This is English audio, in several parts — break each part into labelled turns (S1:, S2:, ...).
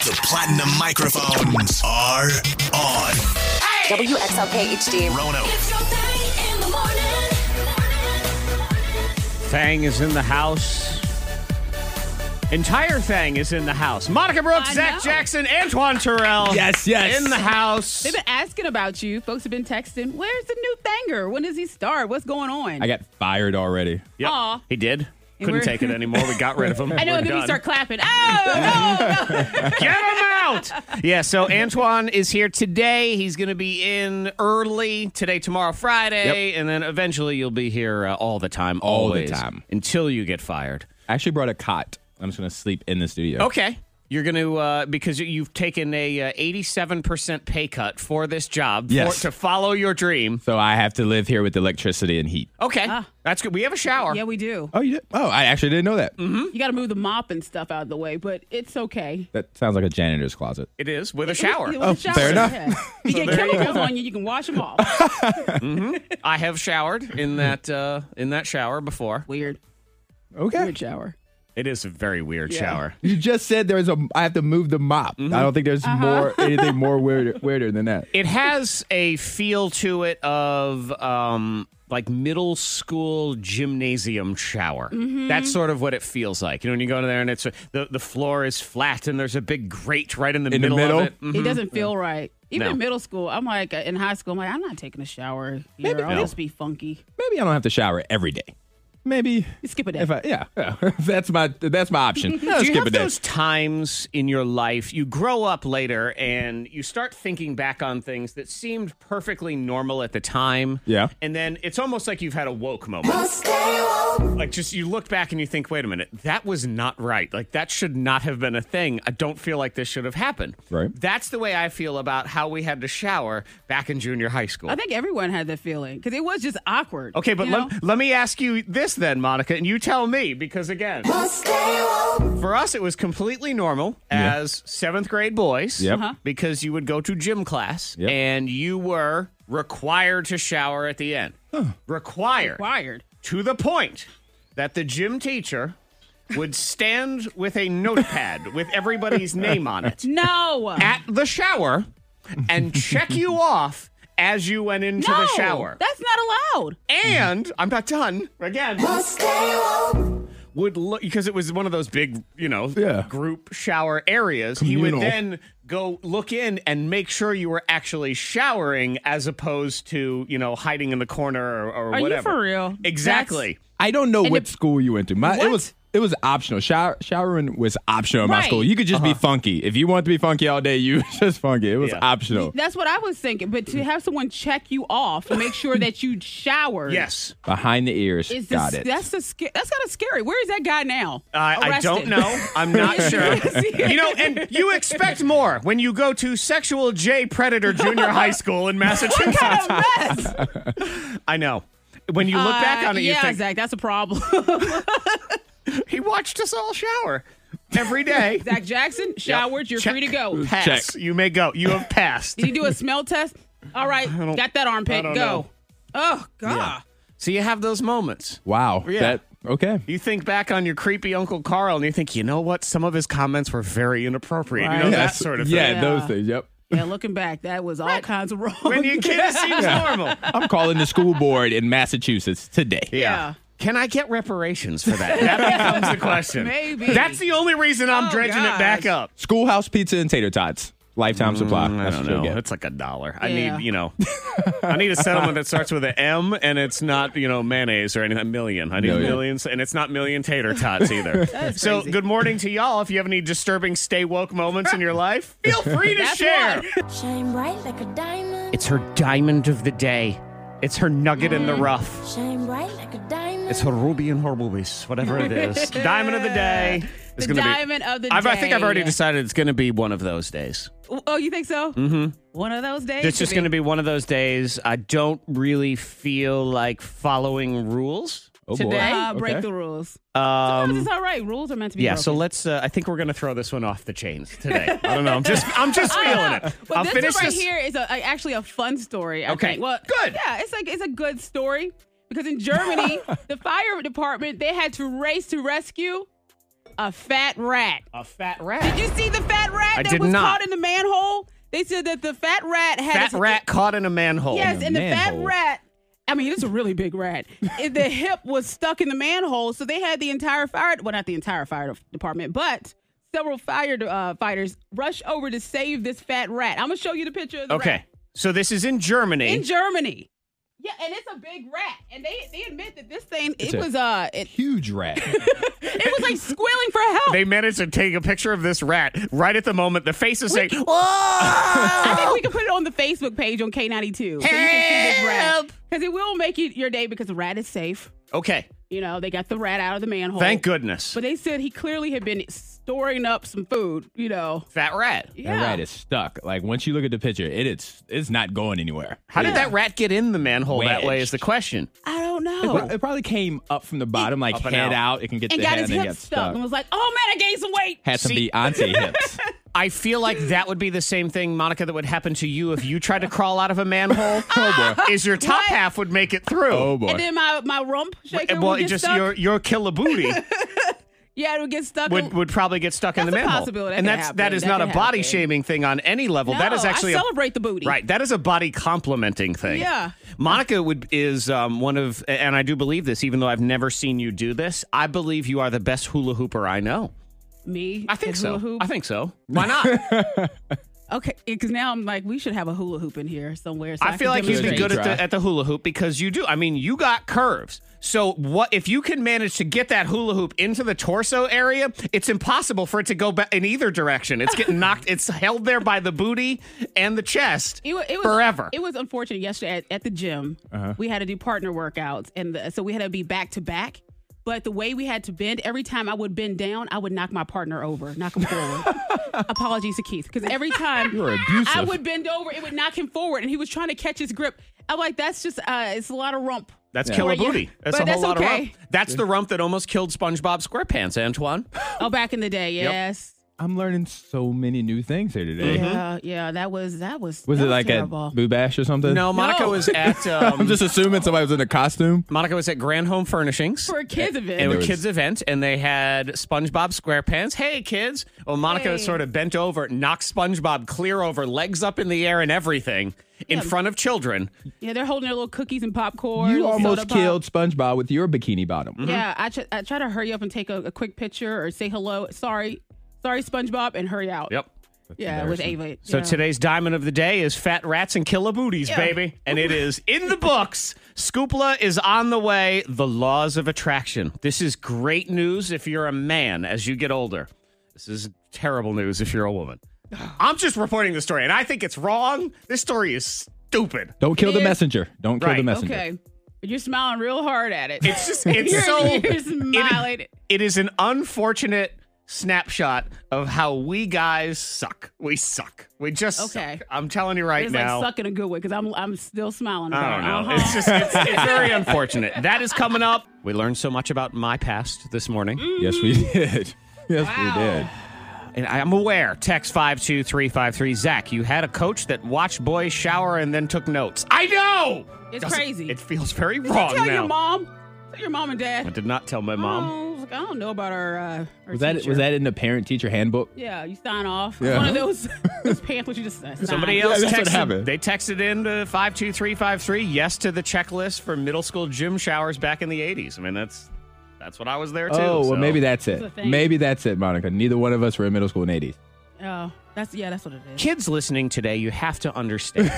S1: The platinum microphones are on.
S2: WXLK HD.
S1: Rono.
S3: It's your thing in the morning.
S4: Thang is in the house. Entire Thang is in the house. Monica Brooks,
S5: I
S4: Zach
S5: know.
S4: Jackson, Antoine Terrell.
S6: Yes, yes.
S4: In the house.
S5: They've been asking about you. Folks have been texting. Where's the new Thanger? When does he start? What's going on?
S6: I got fired already.
S4: Yep,
S5: Aw.
S4: He did. Couldn't
S5: we're-
S4: take it anymore. We got rid of him.
S5: I know.
S4: We're
S5: And then we
S4: done.
S5: start clapping. Oh no!
S4: Get him out. yeah, so Antoine is here today. He's going to be in early today, tomorrow, Friday, and then eventually you'll be here uh, all the time,
S6: All the
S4: always,
S6: time.
S4: until you get fired.
S6: I actually brought a cot. I'm just gonna sleep in the studio.
S4: Okay. You're going to, uh, because you've taken a uh, 87% pay cut for this job
S6: Yes.
S4: for, to follow your dream.
S6: So I have to live here with electricity and heat.
S4: Okay. That's good. We have a shower.
S5: Ah. yeah, we do.
S6: Oh, you did? Mm-hmm. Oh, I actually didn't know that.
S5: You got to move the mop and stuff out of the way, but it's okay.
S6: That sounds like a janitor's closet.
S4: It is with a shower.
S5: It was a
S6: Oh,
S5: shower.
S6: fair enough.
S5: Yeah. You get
S4: there you
S5: chemicals on you. You can wash them off.
S4: I have showered in that uh, in that shower before.
S5: Weird.
S6: Okay.
S5: Weird shower.
S4: It is a very weird
S5: Yeah.
S4: shower.
S6: You just said there was a. I have to move the mop. I don't think there's
S5: Uh-huh.
S6: more anything more weirder, weirder than that.
S4: It has a feel to it of um, like middle school gymnasium shower.
S5: Mm-hmm.
S4: That's sort of what it feels like. You know, when you go in there and it's uh, the the floor is flat and there's a big grate right in the,
S6: In the
S4: middle,
S6: middle?
S4: of it. Mhm.
S5: It doesn't feel right. Even
S4: No.
S5: in middle school, I'm like uh, in high school. I'm like, I'm not taking a shower. Here. I'll
S4: No.
S5: just be funky.
S6: Maybe I don't have to shower every day. Maybe
S5: You skip a day.
S6: if I yeah, yeah. that's my that's my option. I'll
S4: Do you
S6: skip
S4: have
S6: a day.
S4: those times in your life you grow up later and you start thinking back on things that seemed perfectly normal at the time?
S6: Yeah.
S4: And then it's almost like you've had a woke moment.
S3: Stay woke.
S4: Like just you look back and you think, wait a minute, that was not right. Like that should not have been a thing. I don't feel like this should have happened.
S6: Right.
S4: That's the way I feel about how we had to shower back in junior high school.
S5: I think everyone had that feeling because it was just awkward.
S4: okay, but
S5: you know?
S4: let, let me ask you this then, Monica, and you tell me because again,
S3: Stay woke.
S4: for us it was completely normal
S6: Yeah.
S4: as 7th grade boys
S6: Yep. Uh-huh.
S4: because you would go to gym class
S6: Yep.
S4: and you were required to shower at the end. Required.
S5: wired.
S4: to the point that the gym teacher would stand with a notepad with everybody's name on it
S5: No.
S4: at the shower and check you off as you went into
S5: no,
S4: the shower.
S5: That's not allowed.
S4: and I'm not done again.
S3: Stay woke.
S4: Would look because it was one of those big, you know,
S6: Yeah.
S4: group shower areas. He
S6: Communal.
S4: would then go look in and make sure you were actually showering as opposed to, you know, hiding in the corner or, or
S5: Are you
S4: whatever.
S5: for real?
S4: Exactly.
S6: I don't know what
S5: it-
S6: school you went to. My it
S5: What?
S6: was it was optional. Shower, showering was optional in my
S5: Right.
S6: school. You could just be funky. If you wanted to be funky all day, you was just funky. It was
S4: Yeah.
S6: optional.
S5: That's what I was thinking. But to have someone check you off, make sure that you showered.
S4: yes.
S6: Behind the ears.
S5: Is
S6: Got
S5: this,
S6: it.
S5: That's a sca- that's kind of scary. Where is that guy now?
S4: I, I don't
S5: Arrested.
S4: know. I'm not sure.
S5: Seriously.
S4: you know, and you expect more when you go to Sexual J Predator Junior High School in Massachusetts.
S5: Yes.
S4: I know. When you look back
S5: Uh,
S4: on it, you
S5: yeah,
S4: think
S5: Zach, that's a problem.
S4: he watched us all shower every day.
S5: Zach Jackson, showered. You're
S4: Check.
S5: free to go.
S4: Pass. You may go. You have passed.
S5: Did he do a smell test? All right, got that armpit.
S4: don't
S5: Go.
S4: know.
S5: Oh God.
S4: So you have those moments.
S6: wow.
S4: Yeah.
S6: That okay.
S4: You think back on your creepy Uncle Carl, and you think, you know what? Some of his comments were very inappropriate. You know
S5: Right.
S4: that sort of
S6: Yeah,
S4: thing.
S6: those things. Yep.
S5: Yeah, looking back, that was all kinds of wrong.
S4: When you're a kid, it seems normal.
S6: I'm calling the school board in Massachusetts today.
S5: Yeah.
S4: Can I get reparations for that? That becomes the question.
S5: Maybe.
S4: That's the only reason I'm
S5: Oh,
S4: dredging it back
S5: gosh.
S4: up.
S6: Schoolhouse pizza and tater tots. Lifetime
S4: Mm,
S6: supply. That's what you'll get.
S4: It's like a dollar. I
S5: Yeah.
S4: need, you know, I need a settlement that starts with an M and it's not, you know, mayonnaise or anything. A million. I need
S6: Million.
S4: millions and it's not million tater tots either. so
S5: crazy.
S4: good morning to y'all. If you have any disturbing stay woke moments in your life, feel free to
S5: That's
S4: share.
S3: Shine bright like a diamond.
S4: It's her diamond of the day. It's her nugget in the
S5: Mm.
S4: rough.
S3: Shine bright like a diamond.
S4: It's her ruby and her rubies, whatever it is. diamond of the day. is
S5: the
S4: gonna be-
S5: diamond of the
S4: I've,
S5: day.
S4: I think I've already decided it's going to be one of those days.
S5: Oh, you think so? Mm-hmm. One of those days.
S4: It's just going to be one of those days. I don't really feel like following rules
S6: Oh, boy.
S4: today.
S5: uh,
S6: Okay.
S5: break the rules.
S4: Um,
S5: Sometimes it's all right. Rules are meant to be.
S4: yeah,
S5: broken.
S4: so let's. Uh, I think we're going to throw this one off the chains today. I don't know. I'm just. I'm just
S5: I
S4: feeling
S5: know.
S4: it.
S5: Oh, But
S4: I'll
S5: this
S4: finish
S5: one right
S4: this.
S5: here is a, a- actually a fun story. I
S4: Okay.
S5: think. Well,
S4: Good.
S5: Yeah, it's like it's a good story because in Germany, the fire department they had to race to rescue A fat rat.
S4: A fat rat.
S5: Did you see the fat rat
S4: I
S5: that
S4: did
S5: was
S4: not.
S5: caught in the manhole? They said that the fat rat had
S4: fat
S5: its-
S4: rat caught in a manhole.
S5: Yes,
S6: a
S5: and the fat
S6: manhole.
S5: rat. I mean, it's a really big rat. And the hip was stuck in the manhole, so they had the entire fire. Well, not the entire fire department, but several fire uh, fighters rush over to save this fat rat. I'm gonna show you the picture. Of the
S4: Okay.
S5: rat.
S4: So this is in Germany.
S5: in Germany. Yeah, and it's a big rat, and they they admit that this thing
S6: It's
S5: it
S6: a-
S5: was uh it,
S6: Huge rat.
S5: it was like squealing for help.
S4: they managed to take a picture of this rat right at the moment. The face is saying,
S5: I think we can put it on the Facebook page on K92.
S4: Help!
S5: Because it will make you, your day because the rat is safe.
S4: okay,
S5: You know, they got the rat out of the manhole.
S4: thank goodness.
S5: But they said he clearly had been storing up some food, you know.
S4: fat rat.
S5: Yeah.
S6: That rat is stuck. Like once you look at the picture, it it's it's not going anywhere.
S4: How did that rat get in the manhole that way is the
S6: Wedged.
S4: question.
S5: I don't
S6: It,
S5: know.
S6: pro- it probably came up from the bottom, like
S4: Up
S6: head
S4: and
S6: out.
S4: out.
S6: It can get
S5: and
S6: the
S5: got
S6: head
S5: his
S6: and get
S5: hips stuck and was like, oh man, I gained some weight.
S6: Had some
S4: See-
S6: Beyonce hips.
S4: I feel like that would be the same thing, Monica, that would happen to you if you tried to crawl out of a manhole.
S6: Oh boy.
S4: is your top
S5: What?
S4: half would make it through.
S6: Oh boy.
S5: And then my, my rump shaker
S4: well,
S5: would
S4: it
S5: get
S4: just
S5: stuck.
S4: your your killabooty
S5: yeah, it would get stuck.
S4: would
S5: and-
S4: would probably get stuck in
S5: That's
S4: the
S5: a
S4: manhole.
S5: possibility. That
S4: and
S5: could
S4: that's that
S5: happen.
S4: is
S5: That
S4: not a
S5: could
S4: body
S5: happen.
S4: shaming thing on any level. that is
S5: No,
S4: actually
S5: I
S4: a-
S5: celebrate the booty.
S4: Right. That is a body complimenting thing.
S5: Yeah.
S4: Monica would is um, one of, and I do believe this, even though I've never seen you do this. I believe you are the best hula hooper I know.
S5: Me.
S4: I think
S5: and
S4: so.
S5: hula hoop.
S4: I think so. Why not?
S5: Okay, because now I'm like, we should have a hula hoop in here somewhere. So I,
S4: I feel
S5: can
S4: like you'd be
S5: demonstrate.
S4: good at
S6: Try.
S4: the at the hula hoop because you do. I mean, you got curves. So what if you can manage to get that hula hoop into the torso area? It's impossible for it to go back in either direction. It's getting knocked. It's held there by the booty and the chest
S5: It, wa- it was
S4: forever.
S5: It was unfortunate yesterday at, at the gym.
S6: Uh-huh.
S5: We had to do partner workouts, and the, so we had to be back to back. But the way we had to bend, every time I would bend down, I would knock my partner over, knock him forward. Apologies to Keith, because every time
S6: You are abusive.
S5: I would bend over, it would knock him forward, and he was trying to catch his grip. I'm like, that's just, uh, it's a lot of rump.
S4: that's killer
S5: Where you-
S4: booty. That's
S5: but
S4: a whole
S5: that's
S4: lot
S5: okay.
S4: of rump. That's the rump that almost killed SpongeBob SquarePants. Antoine.
S5: Oh, back in the day, yes.
S6: I'm learning so many new things here today.
S5: Yeah, yeah, that was that was.
S6: Hmm? Was
S5: that
S6: it like
S5: terrible.
S6: at Boo Bash or something?
S4: No, Monica
S5: No.
S4: was at
S6: I'm
S4: um,
S6: just assuming somebody was in a costume.
S4: Monica was at Grand Home Furnishings.
S5: for a kids event?
S4: It was
S6: was-
S4: a kids event, and they had SpongeBob SquarePants. Hey, kids! Well, Monica sort of bent over, knocked SpongeBob clear over, legs up in the air, and everything in front of children.
S5: Yeah, they're holding their little cookies and popcorn.
S6: You
S5: little
S6: almost
S5: soda pop.
S6: killed SpongeBob with your bikini bottom.
S4: Mm-hmm.
S5: Yeah, I, tr- I try to hurry up and take a, a quick picture or say hello. Sorry, sorry, SpongeBob, and hurry out.
S4: Yep.
S5: Yeah, with Ava.
S4: So
S5: yeah.
S4: today's diamond of the day is fat rats and killer booties,
S5: Yeah.
S4: baby, and it is in the books. Scoopla is on the way. The laws of attraction. This is great news if you're a man as you get older. This is terrible news if you're a woman. I'm just reporting the story, and I think it's wrong. This story is stupid.
S6: Don't kill the
S5: It is-
S6: messenger. Don't kill
S4: Right.
S6: the messenger.
S5: Okay, you're smiling real hard at it.
S4: It's just it's
S5: You're-
S4: so
S5: you're smiling.
S4: It, it is an unfortunate snapshot of how we guys suck. We suck. We just
S5: Okay.
S4: suck. I'm telling you right
S5: It's
S4: now.
S5: like sucking a good way because I'm I'm still smiling.
S4: I
S5: About
S4: don't
S5: it.
S4: know.
S5: Uh-huh.
S4: It's just it's, it's very unfortunate. That is coming up. We learned so much about my past this morning.
S5: Mm.
S6: Yes, we did. Yes, we did.
S4: And I'm aware. Text 52353 Zach, you had a coach that watched boys shower and then took notes. I know.
S5: It's
S4: Doesn't-
S5: crazy.
S4: It feels very
S5: Did you
S4: wrong
S5: tell
S4: now.
S5: your mom, Tell your mom and
S4: I
S5: dad.
S4: did not tell my mom.
S5: Oh, I was like, I don't know about our. Uh, our
S6: Was that
S5: teacher.
S6: was that in the parent teacher handbook?
S5: Yeah, you sign off.
S6: Yeah.
S5: One of those those pamphlets you just uh, sign.
S4: Somebody
S6: Yeah,
S4: else
S6: that's what
S4: texted.
S6: happened.
S4: They texted in to five two three five three. Yes to the checklist for middle school gym showers back in the eighties. I mean, that's that's what I was there too.
S6: Oh,
S4: so.
S6: well, maybe that's
S5: That's
S6: it.
S5: the thing.
S6: Maybe that's it, Monica. Neither one of us were in middle school in '80s.
S5: Oh, that's yeah, that's what it is.
S4: Kids listening today, you have to understand.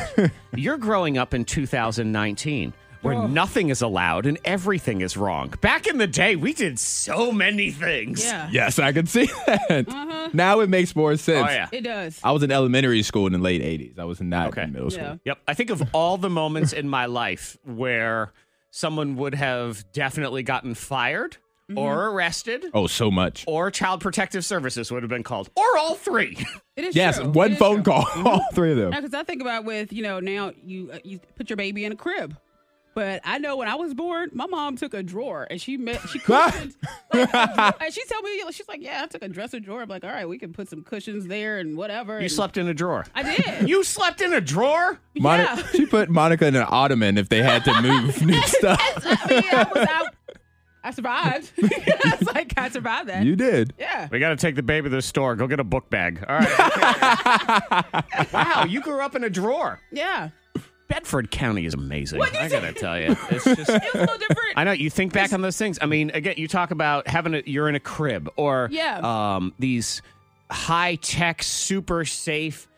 S4: You're growing up in 2019. Where
S6: Oh.
S4: nothing is allowed and everything is wrong. Back in the day, we did so many things.
S5: Yeah,
S6: Yes, I can see that.
S5: Uh-huh.
S6: Now it makes more sense.
S4: Oh, yeah.
S5: it does.
S6: I was in elementary school in the late '80s. I was not
S4: Okay.
S6: in middle school.
S5: Yeah.
S4: Yep. I think of all the moments in my life where someone would have definitely gotten fired or arrested
S6: Oh, so much.
S4: or Child Protective Services would have been called, or all three.
S5: It is
S6: Yes,
S5: true. It
S6: one
S5: is
S6: phone
S5: true.
S6: call. All three of them.
S5: because I think about with you know now you uh, you put your baby in a crib, but I know when I was born, my mom took a drawer and she met she cushioned, like, a drawer- and she told me you know, she's like, yeah, I took a dresser drawer. I'm like, all right, we can put some cushions there and whatever.
S4: You
S5: and
S4: slept in a drawer.
S5: I did.
S4: You slept in a drawer?
S6: Moni-
S5: yeah.
S6: She put Monica in an ottoman if they had to move new stuff.
S5: I mean, I was out. I I survived. I was like, I survived that.
S6: You did.
S5: yeah.
S4: We got to take the baby to the store. Go get a book bag. All right. wow, you grew up in a drawer.
S5: Yeah.
S4: Bedford County is amazing. I gotta tell you, it's just.
S5: It was a little different.
S4: I know you think back on those things. I mean, again, you talk about having a you're in a crib or
S5: Yeah.
S4: um, these high tech, super safe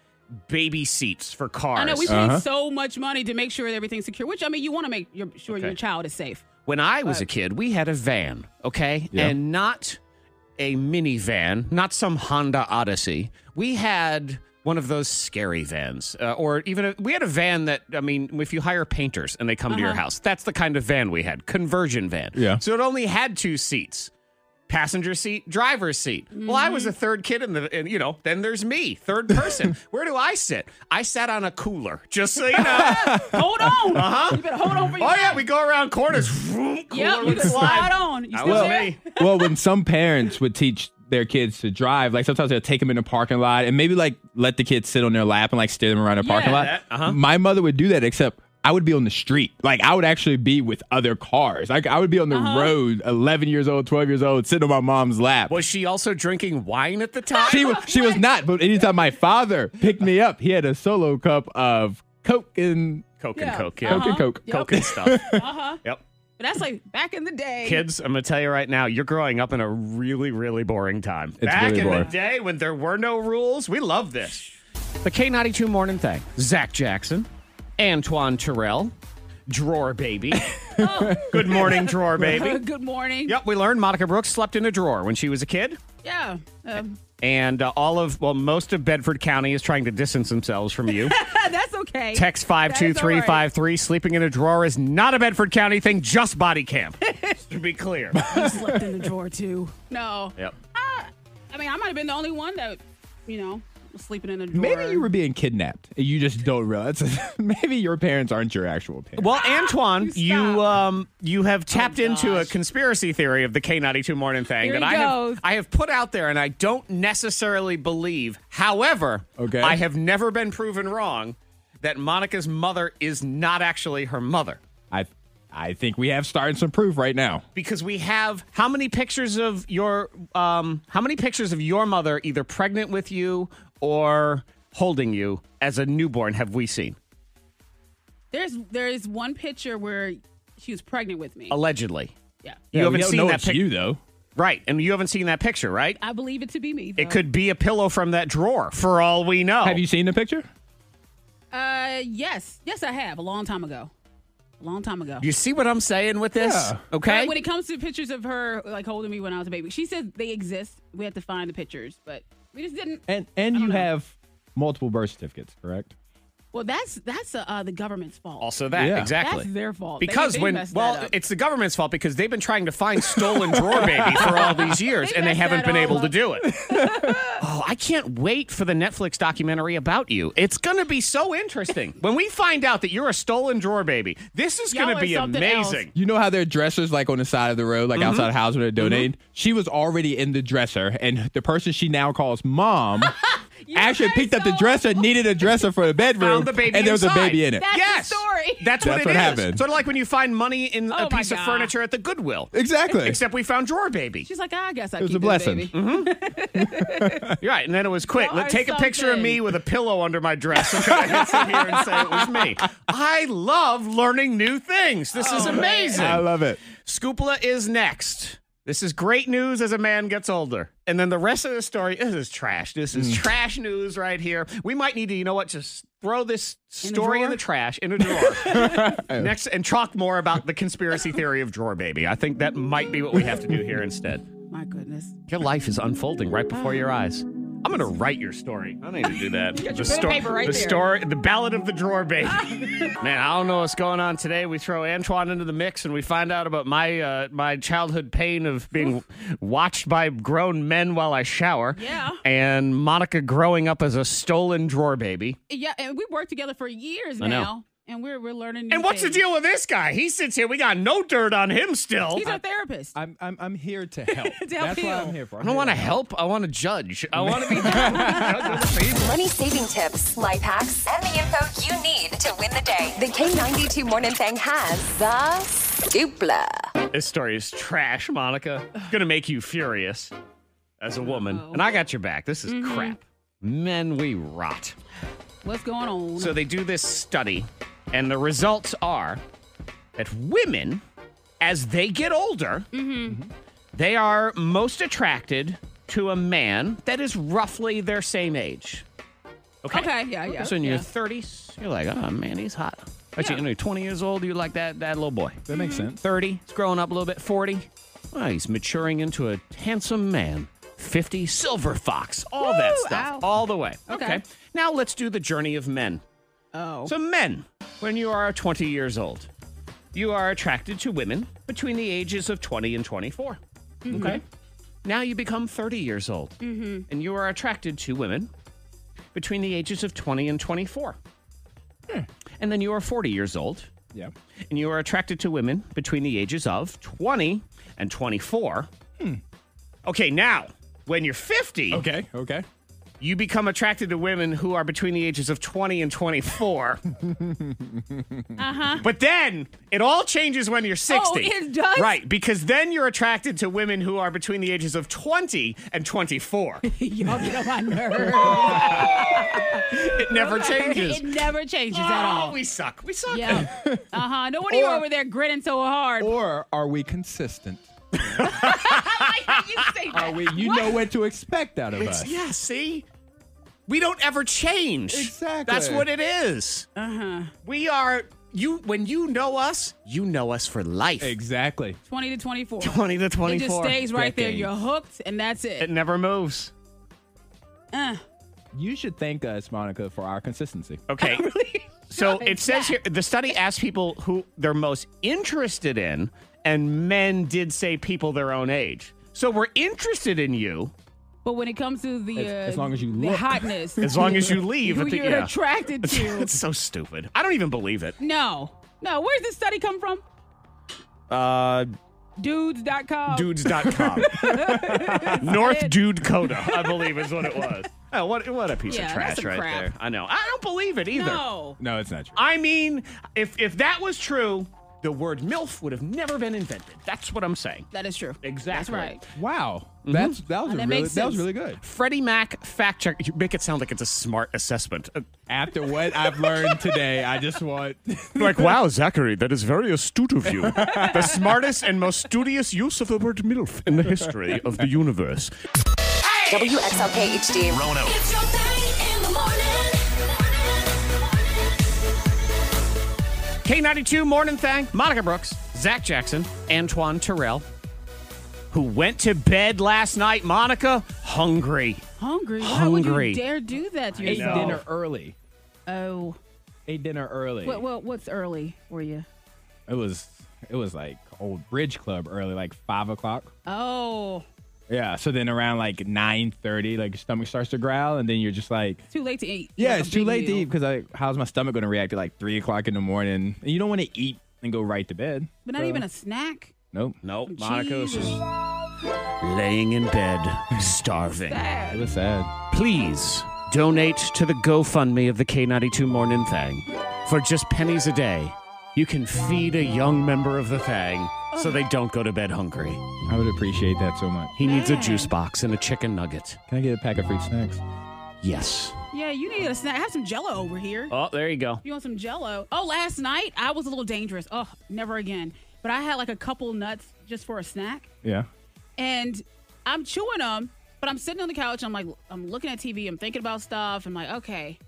S4: baby seats for cars.
S5: I know we paid so much money to make sure that everything's secure, which I mean, you want to make your, sure
S4: Okay.
S5: your child is safe.
S4: when I was a kid, we had a van, okay?
S6: Yeah.
S4: And not a minivan, not some Honda Odyssey. We had one of those scary vans, uh, or even a, we had a van that, I mean, if you hire painters and they come to your
S5: Uh-huh.
S4: house, that's the kind of van we had, conversion van.
S6: Yeah.
S4: So it only had two seats. Passenger seat, driver's seat. Well, I
S5: Mm-hmm.
S4: was a third kid, in the, and you know, then there's me, third person. Where do I sit? I sat on a cooler, just so you know.
S5: Hold on. Uh-huh. You better hold on for your
S4: Oh yeah, we go around corners. Vroom,
S5: Yep,
S4: cooler
S5: you
S4: would
S5: can slide on. You
S4: That
S5: still
S4: was
S5: there?
S4: me.
S6: well, when some parents would teach their kids to drive, like sometimes they'll take them in a parking lot and maybe like let the kids sit on their lap and like steer them around a parking
S5: Yeah.
S6: lot.
S4: That- uh-huh.
S6: My mother would do that, except I would be on the street. Like I would actually be with other cars. Like I would be on the
S4: Uh-huh.
S6: road, eleven years old, twelve years old, sitting on my mom's lap.
S4: Was she also drinking wine at the time?
S6: she was she was not. But anytime my father picked me up, he had a solo cup of Coke and
S4: Coke
S5: Yeah.
S4: and Coke, yeah.
S6: Coke and Coke.
S5: Yep.
S4: Coke and stuff.
S5: Uh-huh.
S4: yep.
S5: But that's like back in the day.
S4: Kids, I'm gonna tell you right now, you're growing up in a really, really boring time.
S6: It's
S4: Back
S6: really
S4: in
S6: boring.
S4: the day when there were no rules, we loved this. The K92 Morning Thing. Zach Jackson, Antoine Terrell, Drawer Baby.
S5: Oh.
S4: Good morning, Drawer Baby.
S5: Good morning.
S4: Yep, we learned Monica Brooks slept in a drawer when she was a kid.
S5: Yeah. Um,
S4: And uh, all of, well, most of Bedford County is trying to distance themselves from you.
S5: that's okay.
S4: Text
S5: That is all right.
S4: 52353. Sleeping in a drawer is not a Bedford County thing, just body cam. to be clear.
S5: slept in the drawer too. No.
S4: Yep.
S5: I, I mean, I might have been the only one that, you know, was sleeping in a drawer.
S6: Maybe you were being kidnapped. and You just don't realize. Maybe your parents aren't your actual parents.
S4: Well, Antoine,
S5: you stop. Oh,
S4: you um you have tapped into a
S5: gosh.
S4: conspiracy theory of the K92 morning thing
S5: Here
S4: that
S5: he
S4: I
S5: goes.
S4: have, I have put out there and I don't necessarily believe. However,
S6: Okay.
S4: I have never been proven wrong that Monica's mother is not actually her mother.
S6: I I think we have started some proof right now.
S4: because we have how many pictures of your um how many pictures of your mother either pregnant with you or holding you as a newborn have we seen
S5: There's there is one picture where she was pregnant with me.
S4: allegedly
S5: Yeah.
S4: you haven't
S6: we don't
S4: seen
S6: know
S4: that
S6: it's
S4: picture
S6: you though.
S4: right and you haven't seen that picture right
S5: I believe it to be me. Though.
S4: it could be a pillow from that drawer for all we know
S6: Have you seen the picture?
S5: Uh, yes, yes, I have a long time ago. A long time ago.
S4: you see what i'm saying with this
S6: Yeah.
S4: okay
S5: But when it comes to pictures of her like holding me when I was a baby, she says they exist. We have to find the pictures, but we just didn't.
S6: And and you
S5: know.
S6: have multiple birth certificates, correct?
S5: Well, that's that's uh, uh, the government's fault.
S4: also that
S6: Yeah.
S4: exactly
S5: That's their fault. They-
S4: because
S5: they
S4: when
S5: messed that
S4: well
S5: up.
S4: it's the government's fault because they've been trying to find stolen drawer baby for all these years
S5: They
S4: and they
S5: messed
S4: haven't
S5: that
S4: been
S5: all
S4: able to
S5: up.
S4: do it oh i can't wait for the netflix documentary about you it's gonna be so interesting when we find out that you're a stolen drawer baby this is
S5: Y'all
S4: gonna
S5: are
S4: be
S5: something else.
S4: amazing
S6: You know how their dressers like on the side of the road, like outside the house where they're donating? She was already in the dresser and the person she now calls mom actually
S5: guys
S6: picked up the
S5: know.
S6: dresser, needed a dresser for the bedroom,
S4: Found the baby
S6: and there was a
S4: inside.
S6: baby in it.
S5: That's the
S4: yes
S5: story.
S4: that's what
S6: That's
S4: it is.
S6: what happened.
S4: sort of like when you find money in
S5: Oh
S4: a
S5: my
S4: piece of
S5: God.
S4: furniture at the goodwill
S6: Exactly.
S4: except we found drawer baby
S5: she's like, "Ah, I guess I
S6: it was
S5: keep
S6: a blessing. Mm-hmm.
S5: This baby.
S4: You're right, and then it was quick.
S5: Y'all
S4: Let
S5: are
S4: take a picture of
S5: something.
S4: me with a pillow under my dress and try to sit here and say it was me. I love learning new things. This
S5: Oh,
S4: is amazing.
S6: I love it.
S4: Scoopla is next. This is great news as a man gets older. And then the rest of the story, this is trash. This is
S5: Mm.
S4: trash news right here. We might need to, you know what, just throw this
S5: In a
S4: story in
S5: drawer? Oh.
S4: the trash, in a drawer. next, and talk more about the conspiracy theory of drawer baby. I think that might be what we have to do here instead.
S5: My goodness.
S4: Your life is unfolding right before your eyes. I'm gonna write your story. I need to do that.
S5: got
S4: the
S5: your pen and paper right
S4: the
S5: there.
S4: story, the ballad of the drawer baby. Man, I don't know what's going on today. We throw Antoine into the mix, and we find out about my uh, my childhood pain of being watched by grown men while I shower.
S5: Yeah.
S4: And Monica growing up as a stolen drawer baby.
S5: Yeah, and we worked together for years
S4: I
S5: now,
S4: know.
S5: and we're we're learning. new
S4: And what's the
S5: things.
S4: deal with this guy? He sits here. We got no dirt on him still.
S5: He's our therapist.
S6: I'm I'm I'm here to help.
S5: help
S6: That's what
S5: you.
S6: I'm here for.
S4: I don't want to help. I want to judge. I want to be. judge other people.
S2: Money saving tips, life hacks, and the info you need to win the day. The K92 Morning Thing has the Dupla.
S4: This story is trash, Monica. It's going to make you furious as a woman. And I got your back. This is
S5: Mm-hmm.
S4: crap. Men, we rot.
S5: What's going on?
S4: So they do this study, and the results are that women, as they get older,
S5: Mm-hmm.
S4: they are most attracted to a man that is roughly their same age.
S5: okay, yeah, yeah.
S4: So in
S5: yeah.
S4: your 30s, you're like, oh man, he's hot. Actually,
S5: Yeah.
S4: you know, you're 20 years old, you like that that little boy.
S6: That makes sense.
S4: 30, he's growing up a little bit. 40, oh, he's maturing into a handsome man. 50, silver fox, all that
S5: Woo,
S4: stuff,
S5: ow.
S4: all the way.
S5: Okay.
S4: Now let's do the journey of men.
S5: oh,
S4: So, men, when you are 20 years old, you are attracted to women between the ages of 20 and 24. Okay. Now you become 30 years old and you are attracted to women between the ages of 20 and 24. And then you are 40 years old
S6: Yeah.
S4: and you are attracted to women between the ages of 20 and 24. Okay, now when you're 50,
S6: Okay. Okay.
S4: you become attracted to women who are between the ages of 20 and 24. But then it all changes when you're 60.
S5: Uh-huh. Oh, it does?
S4: Right, because then you're attracted to women who are between the ages of 20 and 24.
S5: y'all get on my nerves.
S4: It never changes.
S5: It never changes at
S4: Oh,
S5: all.
S4: we suck. We suck.
S5: Yeah. Uh huh. No wonder you're
S6: Or-
S5: over there grinning so hard.
S6: Or are we consistent?
S5: I hate you say that.
S6: Are we? You know what to expect out of us.
S4: Yeah, see? We don't ever change.
S6: Exactly.
S4: That's what it is. Uh-huh. We are you when you know us, you know us for life.
S6: Exactly.
S5: 20 to 24.
S4: 20 to 24.
S5: It just stays right there.
S4: Decades.
S5: You're hooked, and that's it.
S4: It never moves.
S5: Uh,
S6: You should thank us, Monica, for our consistency.
S4: Okay. So it says here the study asked people who they're most interested in, and men did say people their own age. So we're interested in you
S5: but when it comes to the
S6: As-
S5: uh,
S6: as long as you
S5: the
S6: look.
S5: hotness,
S4: as long as you leave.
S5: who
S4: at the-
S5: you're
S4: yeah.
S5: attracted to.
S4: It's so stupid. I don't even believe it.
S5: no, no. Where's this study come from?
S4: Uh,
S5: Dudes.com.
S4: dudes.com. North Dude Coda, I believe is what it was. Oh, what, what a piece
S5: Yeah,
S4: of
S5: that's
S4: trash
S5: some
S4: right
S5: crap.
S4: there. I know. I don't believe it either.
S5: No.
S6: No, it's not true.
S4: I mean, if, if that was true, the word MILF would have never been invented. That's what I'm saying.
S5: That is true. That's
S4: Exactly.
S5: right.
S6: Wow. That's Mm-hmm. that was
S5: And
S6: a
S5: that
S6: really
S5: makes
S6: that was
S5: sense.
S6: really good.
S4: Freddie Mac fact check. You make it sound like it's a smart assessment. Uh,
S6: After what I've learned today, I just want
S4: like, wow, Zachary, that is very astute of you. the smartest and most studious use of the word MILF in the history of the universe.
S2: WXLK HD.
S1: Rono.
S3: It's your thing in the morning.
S4: K92 Morning Thang, Monica Brooks, Zach Jackson, Antoine Terrell, who went to bed last night, Monica, hungry.
S5: Hungry. Why would
S4: Hungry.
S5: you dare do that to
S6: ate
S5: yourself?
S6: dinner early.
S5: Oh.
S6: Ate dinner early.
S5: What, what, what's early for you?
S6: It was it was like old bridge club early, like five o'clock.
S5: Oh,
S6: Yeah. So then around like nine thirty, like your stomach starts to growl, and then you're just like,
S5: too late to eat.
S6: yeah,
S5: Like a
S6: it's too
S5: big
S6: late to
S5: meal.
S6: eat because like, how's my stomach going to react at like three o'clock in the morning? And you don't want to eat and go right to bed.
S5: But not even a snack.
S6: Nope.
S4: Nope,
S5: Monica's just
S4: laying in bed, starving.
S6: It was sad.
S4: Please donate to the GoFundMe of the K92 Morning Thang. For just pennies a day, you can feed a young member of the Thang so they don't go to bed hungry.
S6: I would appreciate that so much.
S4: He needs a juice box and a chicken nugget.
S6: Can I get a pack of free snacks?
S4: Yes.
S5: Yeah, you need a snack. Have some jello over here.
S4: Oh, there you go.
S5: You want some jello? Oh, last night I was a little dangerous. Oh, never again. But I had like a couple nuts just for a snack.
S6: Yeah.
S5: and I'm chewing them, but I'm sitting on the couch. I'm like, I'm looking at TV. I'm thinking about stuff. I'm like, okay,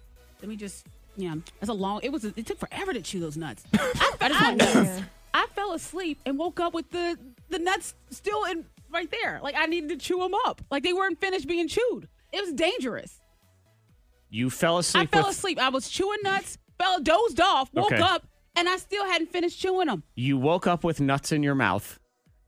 S5: let me just, yeah. That's a long. It was. It took forever to chew those nuts. I, I just want nuts. I fell asleep and woke up with the the nuts still in right there. Like I needed to chew them up. Like they weren't finished being chewed. It was dangerous.
S4: You fell
S5: I
S4: asleep
S5: fell
S4: with
S5: asleep. I was chewing nuts. Fell dozed off. Woke
S4: Okay.
S5: up and I still hadn't finished chewing them.
S4: you woke up with nuts in your mouth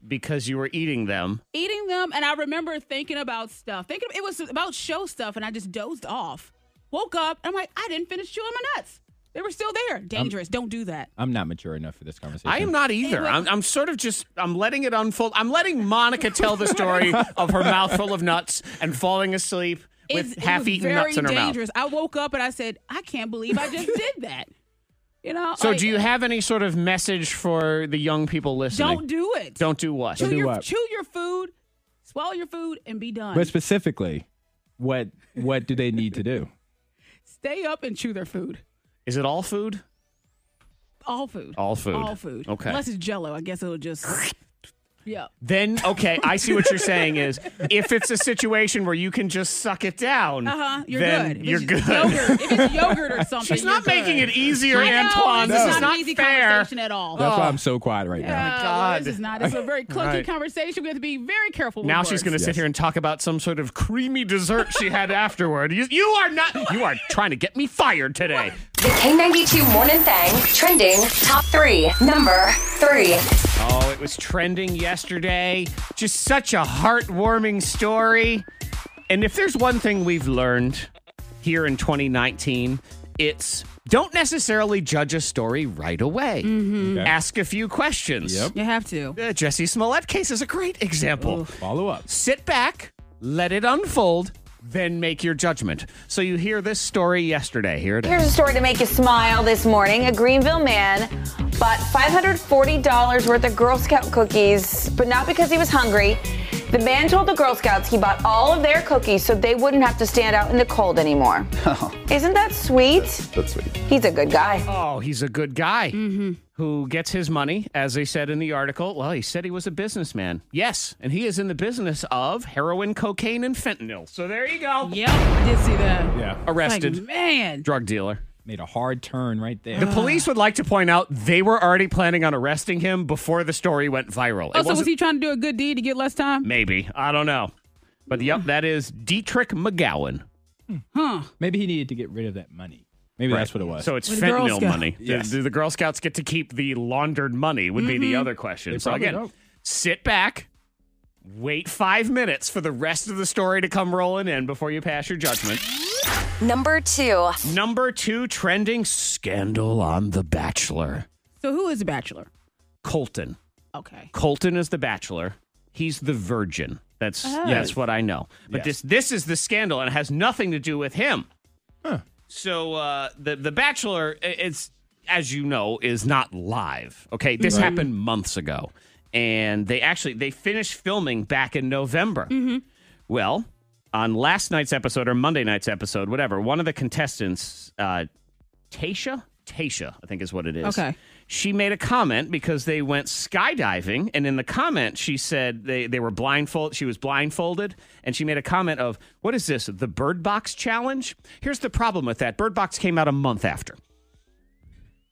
S4: because you were eating them.
S5: eating them and I remember thinking about stuff. Thinking it was about show stuff and I just dozed off. Woke up and I'm like, I didn't finish chewing my nuts. They were still there.
S4: Um,
S5: Dangerous. Don't do that.
S6: I'm not mature enough for this conversation.
S4: I am not either. I'm, I'm sort of just I'm letting it unfold. I'm letting Monica tell the story of her mouthful of nuts and falling asleep
S5: It's-
S4: with
S5: it was
S4: half-eaten
S5: very
S4: nuts in her mouth.
S5: dangerous. I woke up and I said, I can't believe I just did that. You know.
S4: So,
S5: like,
S4: do you have any sort of message for the young people listening?
S5: Don't do it.
S4: Don't do what?
S5: chew
S6: do
S5: your
S6: what?
S5: chew your food, swallow your food, and be done.
S6: But specifically, what what do they need to do?
S5: Stay up and chew their food.
S4: Is it all food?
S5: All food.
S4: All food.
S5: All food.
S4: Okay.
S5: Unless it's Jello, I guess it'll just. yeah.
S4: Then okay, I see what you're saying is if it's a situation where you can just suck it down,
S5: Uh huh. You're
S4: then
S5: good. If
S4: you're
S5: it's
S4: good.
S5: Yogurt. If it's yogurt or something.
S4: She's not
S5: you're
S4: making
S5: good.
S4: it easier,
S5: I know,
S4: Antoine.
S5: This
S4: This
S5: is
S4: is
S5: not,
S4: not
S5: an easy
S4: fair. Oh,
S5: conversation at all.
S6: That's why I'm so quiet right now.
S5: Uh,
S4: God.
S5: This is not. It's a very clunky
S4: Right.
S5: conversation. We have to be very careful. With
S4: Now she's going to sit
S6: Yes.
S4: here and talk about some sort of creamy dessert she had afterward. You, you are not. You are trying to get me fired today.
S2: The K92 Morning Thing trending top three. Number three.
S4: Oh, it was trending yesterday. Just such a heartwarming story. And if there's one thing we've learned here in 2019, it's don't necessarily judge a story right away.
S6: Okay.
S4: Ask a few questions.
S6: Yep.
S5: You have to.
S4: The Jesse Smollett case is a great example.
S6: Follow up.
S4: Sit back, let it unfold, then make your judgment. So you hear this story yesterday. Here it is.
S7: Here's a story to make you smile this morning. A Greenville man bought $540 worth of Girl Scout cookies, but not because he was hungry. The man told the Girl Scouts he bought all of their cookies so they wouldn't have to stand out in the cold anymore. Isn't that sweet? That's sweet. He's a good guy.
S4: Oh, he's a good guy
S5: Mm-hmm.
S4: who gets his money, as they said in the article. Well, he said he was a businessman. Yes, and he is in the business of heroin, cocaine, and fentanyl. So there you go.
S5: Yep. I did see that.
S6: Yeah.
S4: Arrested,
S5: Like, man.
S4: drug dealer.
S6: Made a hard turn right there.
S4: The police would like to point out they were already planning on arresting him before the story went viral.
S5: Oh,
S4: It
S5: so was
S4: wasn't-
S5: he trying to do a good deed to get less time?
S4: Maybe. I don't know. But yep, that is Dietrich McGowan.
S6: Maybe he needed to get rid of that money. Maybe that's what it was.
S4: So it's
S5: With the Girl
S4: fentanyl
S5: Scout.
S4: money.
S6: Yes.
S4: Do, do the Girl Scouts get to keep the laundered money? Would be
S5: Mm-hmm.
S4: the other question.
S6: They
S4: so
S6: probably
S4: again,
S6: don't.
S4: sit back, wait five minutes for the rest of the story to come rolling in before you pass your judgment.
S2: Number two.
S4: Number two trending scandal on The Bachelor.
S5: So who is a bachelor?
S4: Colton.
S5: Okay.
S4: Colton is the bachelor. He's the virgin. That's that's what I know. But
S6: Yes.
S4: this this is the scandal, and it has nothing to do with him. So uh, the the bachelor, i- it's as you know, is not live. Okay, this happened months ago, and they actually they finished filming back in November. Well, on last night's episode or Monday night's episode, whatever, one of the contestants, uh, Tasha, Tasha, I think is what it is.
S5: Okay.
S4: She made a comment because they went skydiving, and in the comment she said they, they were blindfolded. She was blindfolded, and she made a comment of, "What is this? The Bird Box challenge?" Here's the problem with that: Bird Box came out a month after.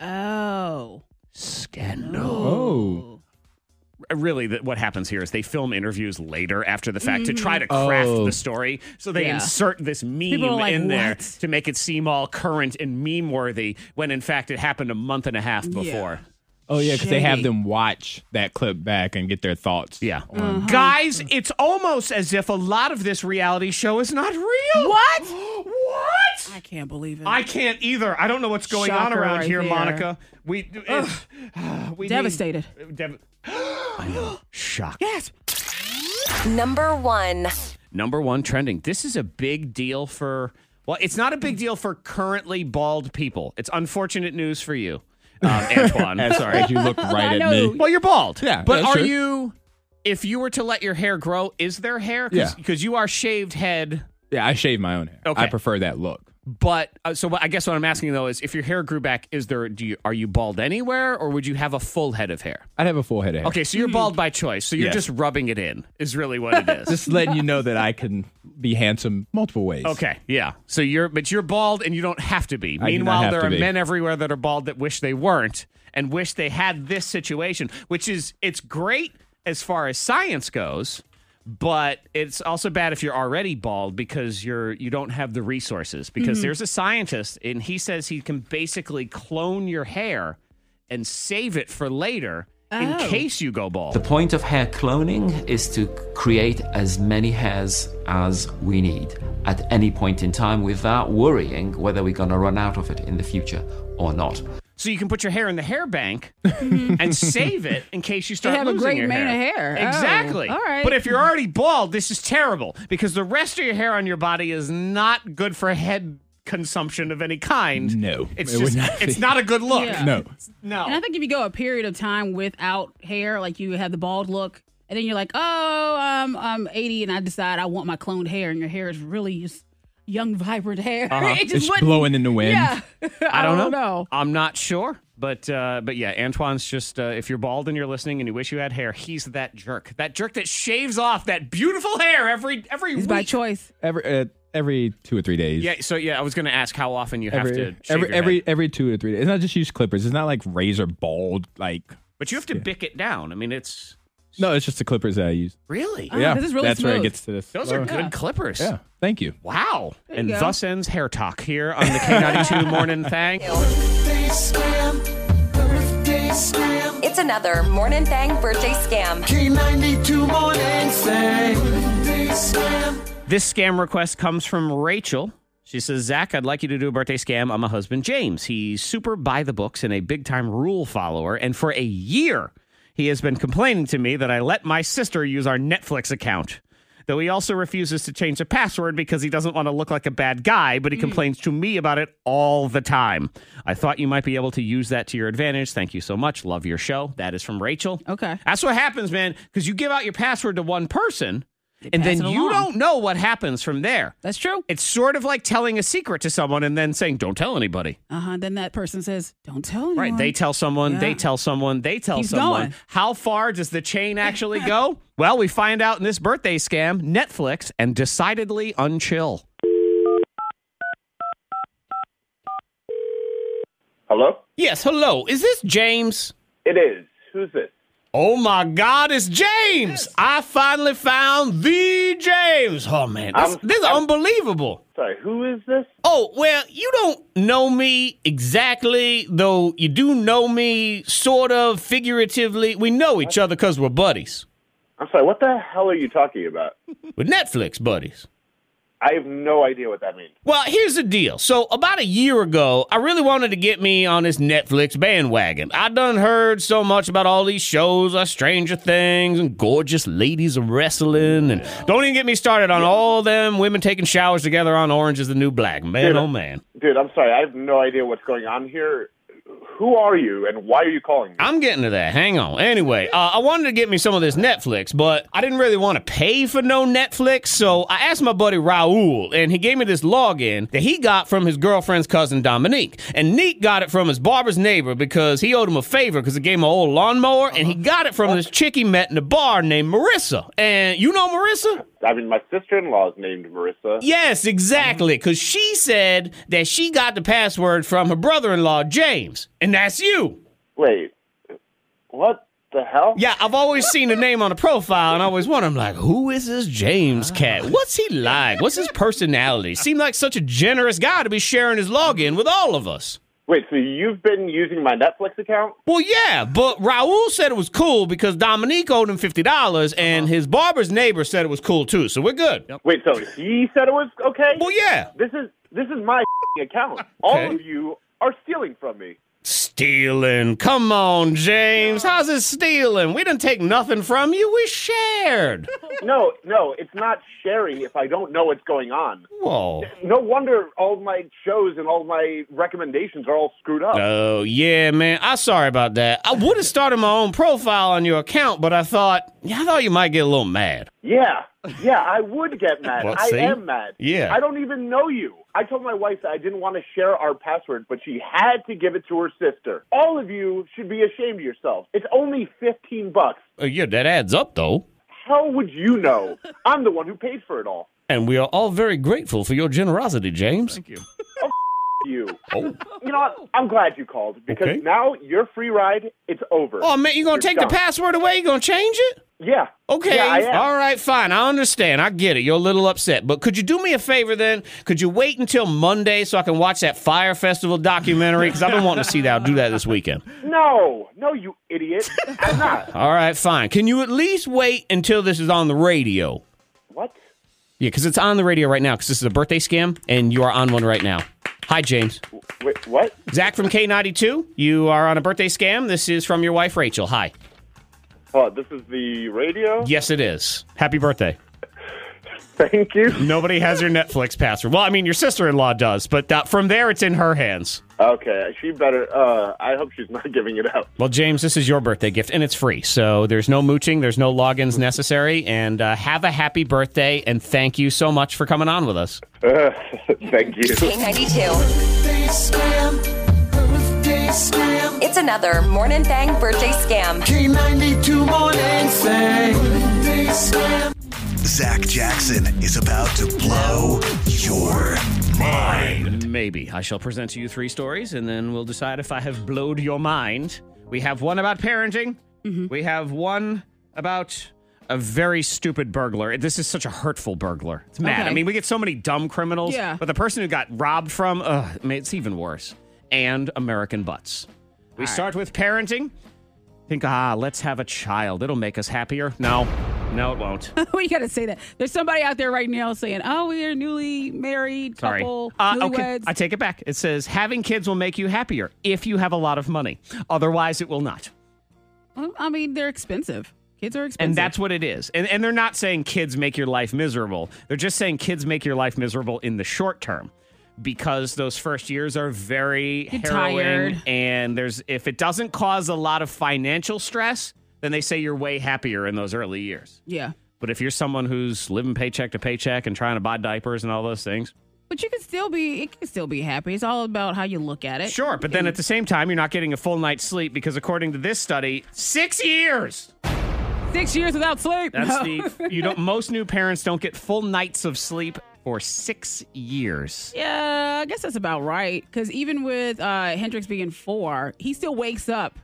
S5: Oh.
S4: Scandal.
S6: oh.
S4: Really, that what happens here is they film interviews later after the fact to try to craft
S6: Oh.
S4: the story. So they
S5: Mm. Yeah.
S4: insert this meme
S5: People are like,
S4: in there
S5: "What?"
S4: to make it seem all current and meme worthy, when in fact it happened a month and a half before.
S6: Oh yeah, because they have
S5: Shady.
S6: them watch that clip back and get their thoughts.
S4: Yeah.
S5: Uh-huh.
S4: Guys, it's almost as if a lot of this reality show is not real. What?
S5: I
S4: what?
S5: can't believe it.
S4: I can't either. I don't know what's going on
S5: Shocker
S4: around
S5: right
S4: here,
S5: there.
S4: Monica. We, it's, we need-
S5: Devastated.
S4: Dev- I know. Shock.
S5: Yes.
S2: Number one.
S4: Number one trending. This is a big deal for, well, it's not a big deal for currently bald people. It's unfortunate news for you, um, Antoine. I'm sorry.
S6: Sorry, you look right at
S5: know.
S6: me.
S4: Well, you're bald.
S6: Yeah,
S4: But
S6: that's
S4: are
S6: true.
S4: you, if you were to let your hair grow, is there hair? Because
S6: Yeah.
S4: you are shaved head.
S6: Yeah, I shave my own hair.
S4: Okay.
S6: I prefer that look.
S4: But uh, so what, I guess what I'm asking though is, if your hair grew back, is there? Do you are you bald anywhere, or would you have a full head of hair?
S6: I'd have a full head of hair.
S4: Okay, so you're bald by choice. So you're
S6: Yes.
S4: just rubbing it in. Is really what it is.
S6: Just letting you know that I can be handsome multiple ways.
S4: okay, yeah. So you're but you're bald and you don't have to be.
S6: I do
S4: Meanwhile,
S6: not have
S4: there
S6: to
S4: are
S6: be.
S4: men everywhere that are bald that wish they weren't and wish they had this situation, which is it's great as far as science goes. But it's also bad if you're already bald because you're you don't have the resources. Because
S6: Mm-hmm.
S4: there's a scientist and he says he can basically clone your hair and save it for later in case you go bald.
S8: The point of hair cloning is to create as many hairs as we need at any point in time without worrying whether we're going to run out of it in the future or not.
S4: so you can put your hair in the hair bank and save it in case you start
S5: Mm-hmm. have a
S4: losing
S5: great
S4: your
S5: mane
S4: hair.
S5: of hair. Oh,
S4: Exactly.
S5: all right.
S4: But if you're already bald, this is terrible because the rest of your hair on your body is not good for head consumption of any kind.
S6: No,
S4: It's
S6: it would
S4: just,
S6: not
S4: it's
S6: be.
S4: not a good look.
S5: Yeah.
S6: No.
S4: No.
S5: And I think if you go a period of time without hair, like you have the bald look, and then you're like, oh, um, I'm 80 and I decide I want my cloned hair, and your hair is really just young, vibrant hair.
S4: Uh-huh.
S5: It just
S6: It's
S5: wouldn't-
S6: blowing in the wind.
S5: Yeah.
S4: I don't, know. I'm not sure, but uh, but yeah, Antoine's just uh, if you're bald and you're listening and you wish you had hair, he's that jerk. That jerk that shaves off that beautiful hair every every
S5: It's
S4: week.
S5: by choice.
S6: Every uh, every two or three days.
S4: yeah, so yeah, I was going to ask how often you have
S6: Every
S4: to shave
S6: every
S4: your
S6: every,
S4: head.
S6: every two or three days. It's not just use clippers. It's not like razor bald like.
S4: but you have to bick it down. I mean, it's
S6: No, it's just the clippers that I use.
S4: really
S5: Oh,
S6: yeah,
S5: this is really
S6: that's where it
S5: smooth.
S6: gets to this.
S4: those are
S6: Oh,
S4: good clippers.
S6: Yeah, thank you.
S4: Wow. And
S5: you go.
S4: thus ends hair talk here on the K92 Morning Thang.
S2: It's another Morning Thang birthday scam.
S1: K92 Morning Thang.
S4: This scam request comes from Rachel. She says, Zach, I'd like you to do a birthday scam on my husband, James. He's super by the books and a big time rule follower. And for a year, he has been complaining to me that I let my sister use our Netflix account. Though he also refuses to change the password because he doesn't want to look like a bad guy, but he complains to me about it all the time. I thought you might be able to use that to your advantage. Thank you so much. Love your show. That is from Rachel.
S5: Okay.
S4: That's what happens, man, because you give out your password to one person and
S5: pass
S4: then
S5: it
S4: you
S5: along.
S4: don't know what happens from there.
S5: That's true.
S4: It's sort of like telling a secret to someone and then saying, don't tell anybody.
S5: Uh huh. Then that person says, don't tell anyone.
S4: Right. They tell someone, they
S5: Yeah.
S4: tell someone, they tell
S5: Keeps
S4: someone.
S5: going.
S4: How far does the chain actually go? well, we find out in this birthday scam, Netflix, and decidedly unchill.
S9: Hello?
S4: Yes, hello. Is this James?
S9: It is. Who's this?
S4: Oh my God, it's James! I finally found the James. Oh man, this,
S9: I'm-
S4: this is
S9: I'm-
S4: unbelievable.
S9: Sorry, who is this?
S4: Oh, well, you don't know me exactly, though you do know me sort of figuratively. We know each other because we're buddies.
S9: I'm sorry, what the hell are you talking about?
S4: We're Netflix buddies.
S9: I have no idea what that means.
S4: Well, here's the deal. So, about a year ago, I really wanted to get me on this Netflix bandwagon. I done heard so much about all these shows like Stranger Things and Gorgeous Ladies of Wrestling, and don't even get me started on all them women taking showers together on Orange is the New Black. Man,
S9: Dude,
S4: oh man.
S9: Dude, I'm sorry, I have no idea what's going on here. Who are you and why are you calling me?
S4: I'm getting to that. Hang on. Anyway, uh, I wanted to get me some of this Netflix, but I didn't really want to pay for no Netflix, so I asked my buddy Raul, and he gave me this login that he got from his girlfriend's cousin Dominique. And Neek got it from his barber's neighbor because he owed him a favor because he gave him an old lawnmower, and he got it from this chick he met in a bar named Marissa. And you know Marissa?
S9: I mean, my sister in law is named Marissa.
S4: Yes, exactly. Because she said that she got the password from her brother in law, James. And that's you.
S9: Wait, what the hell?
S4: Yeah, I've always seen the name on the profile, and I always wonder, I'm like, who is this James cat? What's he like? What's his personality? Seemed like such a generous guy to be sharing his login with all of us.
S9: Wait, so you've been using my Netflix account?
S4: Well, yeah, but Raul said it was cool because Dominique owed him fifty dollars, and his barber's neighbor said it was cool too. So we're good.
S9: Wait, so he said it was okay?
S4: Well, yeah,
S9: This is this is my account. All
S4: Okay.
S9: of you are stealing from me.
S4: stealing. Come on, James. How's it stealing? We didn't take nothing from you. We shared.
S9: No, no, it's not sharing if I don't know what's going on.
S4: Whoa.
S9: No wonder all my shows and all my recommendations are all screwed up.
S4: Oh yeah, man. I'm sorry about that. I would have started my own profile on your account, but I thought, yeah, I thought you might get a little mad.
S9: Yeah, yeah, I would get mad.
S4: Well,
S9: I
S4: see?
S9: am mad.
S4: Yeah.
S9: I don't even know you. I told my wife that I didn't want to share our password, but she had to give it to her sister. All of you should be ashamed of yourselves. It's only 15 bucks.
S4: Uh, yeah, that adds up though.
S9: How would you know? I'm the one who paid for it all.
S4: And we are all very grateful for your generosity, James. Thank you.
S9: You.
S4: Oh,
S9: You know what? I'm glad you called because
S4: Okay.
S9: now your free ride, it's over.
S4: oh man, you gonna take the
S9: done.
S4: password away? You gonna change it?
S9: yeah.
S4: Okay.
S9: Yeah, I am.
S4: All right, fine. I understand. I get it. You're a little upset. But could you do me a favor then? Could you wait until Monday so I can watch that Fire Festival documentary? Because I've been wanting to see that. I'll do that this weekend.
S9: No, no, you idiot. I'm not.
S4: All right, fine. Can you at least wait until this is on the radio?
S9: What?
S4: Yeah, because it's on the radio right now because this is a birthday scam and you are on one right now. Hi, James.
S9: Wait, what?
S4: Zach from K92. You are on a birthday scam. This is from your wife, Rachel. Hi.
S9: Oh, this is the radio?
S4: Yes, it is. Happy birthday.
S9: Thank you.
S4: Nobody has your Netflix password. Well, I mean, your sister in law does, but uh, from there, it's in her hands.
S9: Okay, she better. Uh, I hope she's not giving it out.
S4: Well, James, this is your birthday gift, and it's free. So there's no mooching, there's no logins necessary. And uh, have a happy birthday, and thank you so much for coming on with us.
S9: Thank you.
S2: K92. It's another Morning Thang birthday scam.
S3: K92 morning thing.
S1: Zach Jackson is about to blow your mind.
S4: Maybe. I shall present to you three stories, and then we'll decide if I have blowed your mind. We have one about parenting,
S5: Mm-hmm.
S4: we have one about a very stupid burglar. This is such a hurtful burglar. It's mad.
S5: Okay.
S4: I mean, we get so many dumb criminals,
S5: Yeah.
S4: but the person who got robbed from, ugh, I mean, it's even worse. And American butts. We start with parenting. Think, ah, let's have a child. It'll make us happier. No, no, it won't.
S5: Well, you gotta say that. There's somebody out there right now saying, "Oh, we are newly married
S4: Sorry.
S5: couple,
S4: Uh, okay,
S5: newlyweds."
S4: I take it back. It says having kids will make you happier if you have a lot of money. Otherwise, it will not.
S5: Well, I mean, they're expensive. Kids are expensive.
S4: And that's what it is. And, and they're not saying kids make your life miserable. They're just saying kids make your life miserable in the short term because those first years are very
S5: You're
S4: harrowing.
S5: tired.
S4: And there's if it doesn't cause a lot of financial stress, then they say you're way happier in those early years.
S5: yeah.
S4: But if you're someone who's living paycheck to paycheck and trying to buy diapers and all those things,
S5: But you can still be. It can still be happy. It's all about how you look at it.
S4: Sure, but then at the same time, you're not getting a full night's sleep because, according to this study, six years.
S5: Six years without sleep.
S4: That's
S5: No.
S4: the you don't. Most new parents don't get full nights of sleep for six years.
S5: Yeah, I guess that's about right. Because even with uh, Hendrix being four, he still wakes up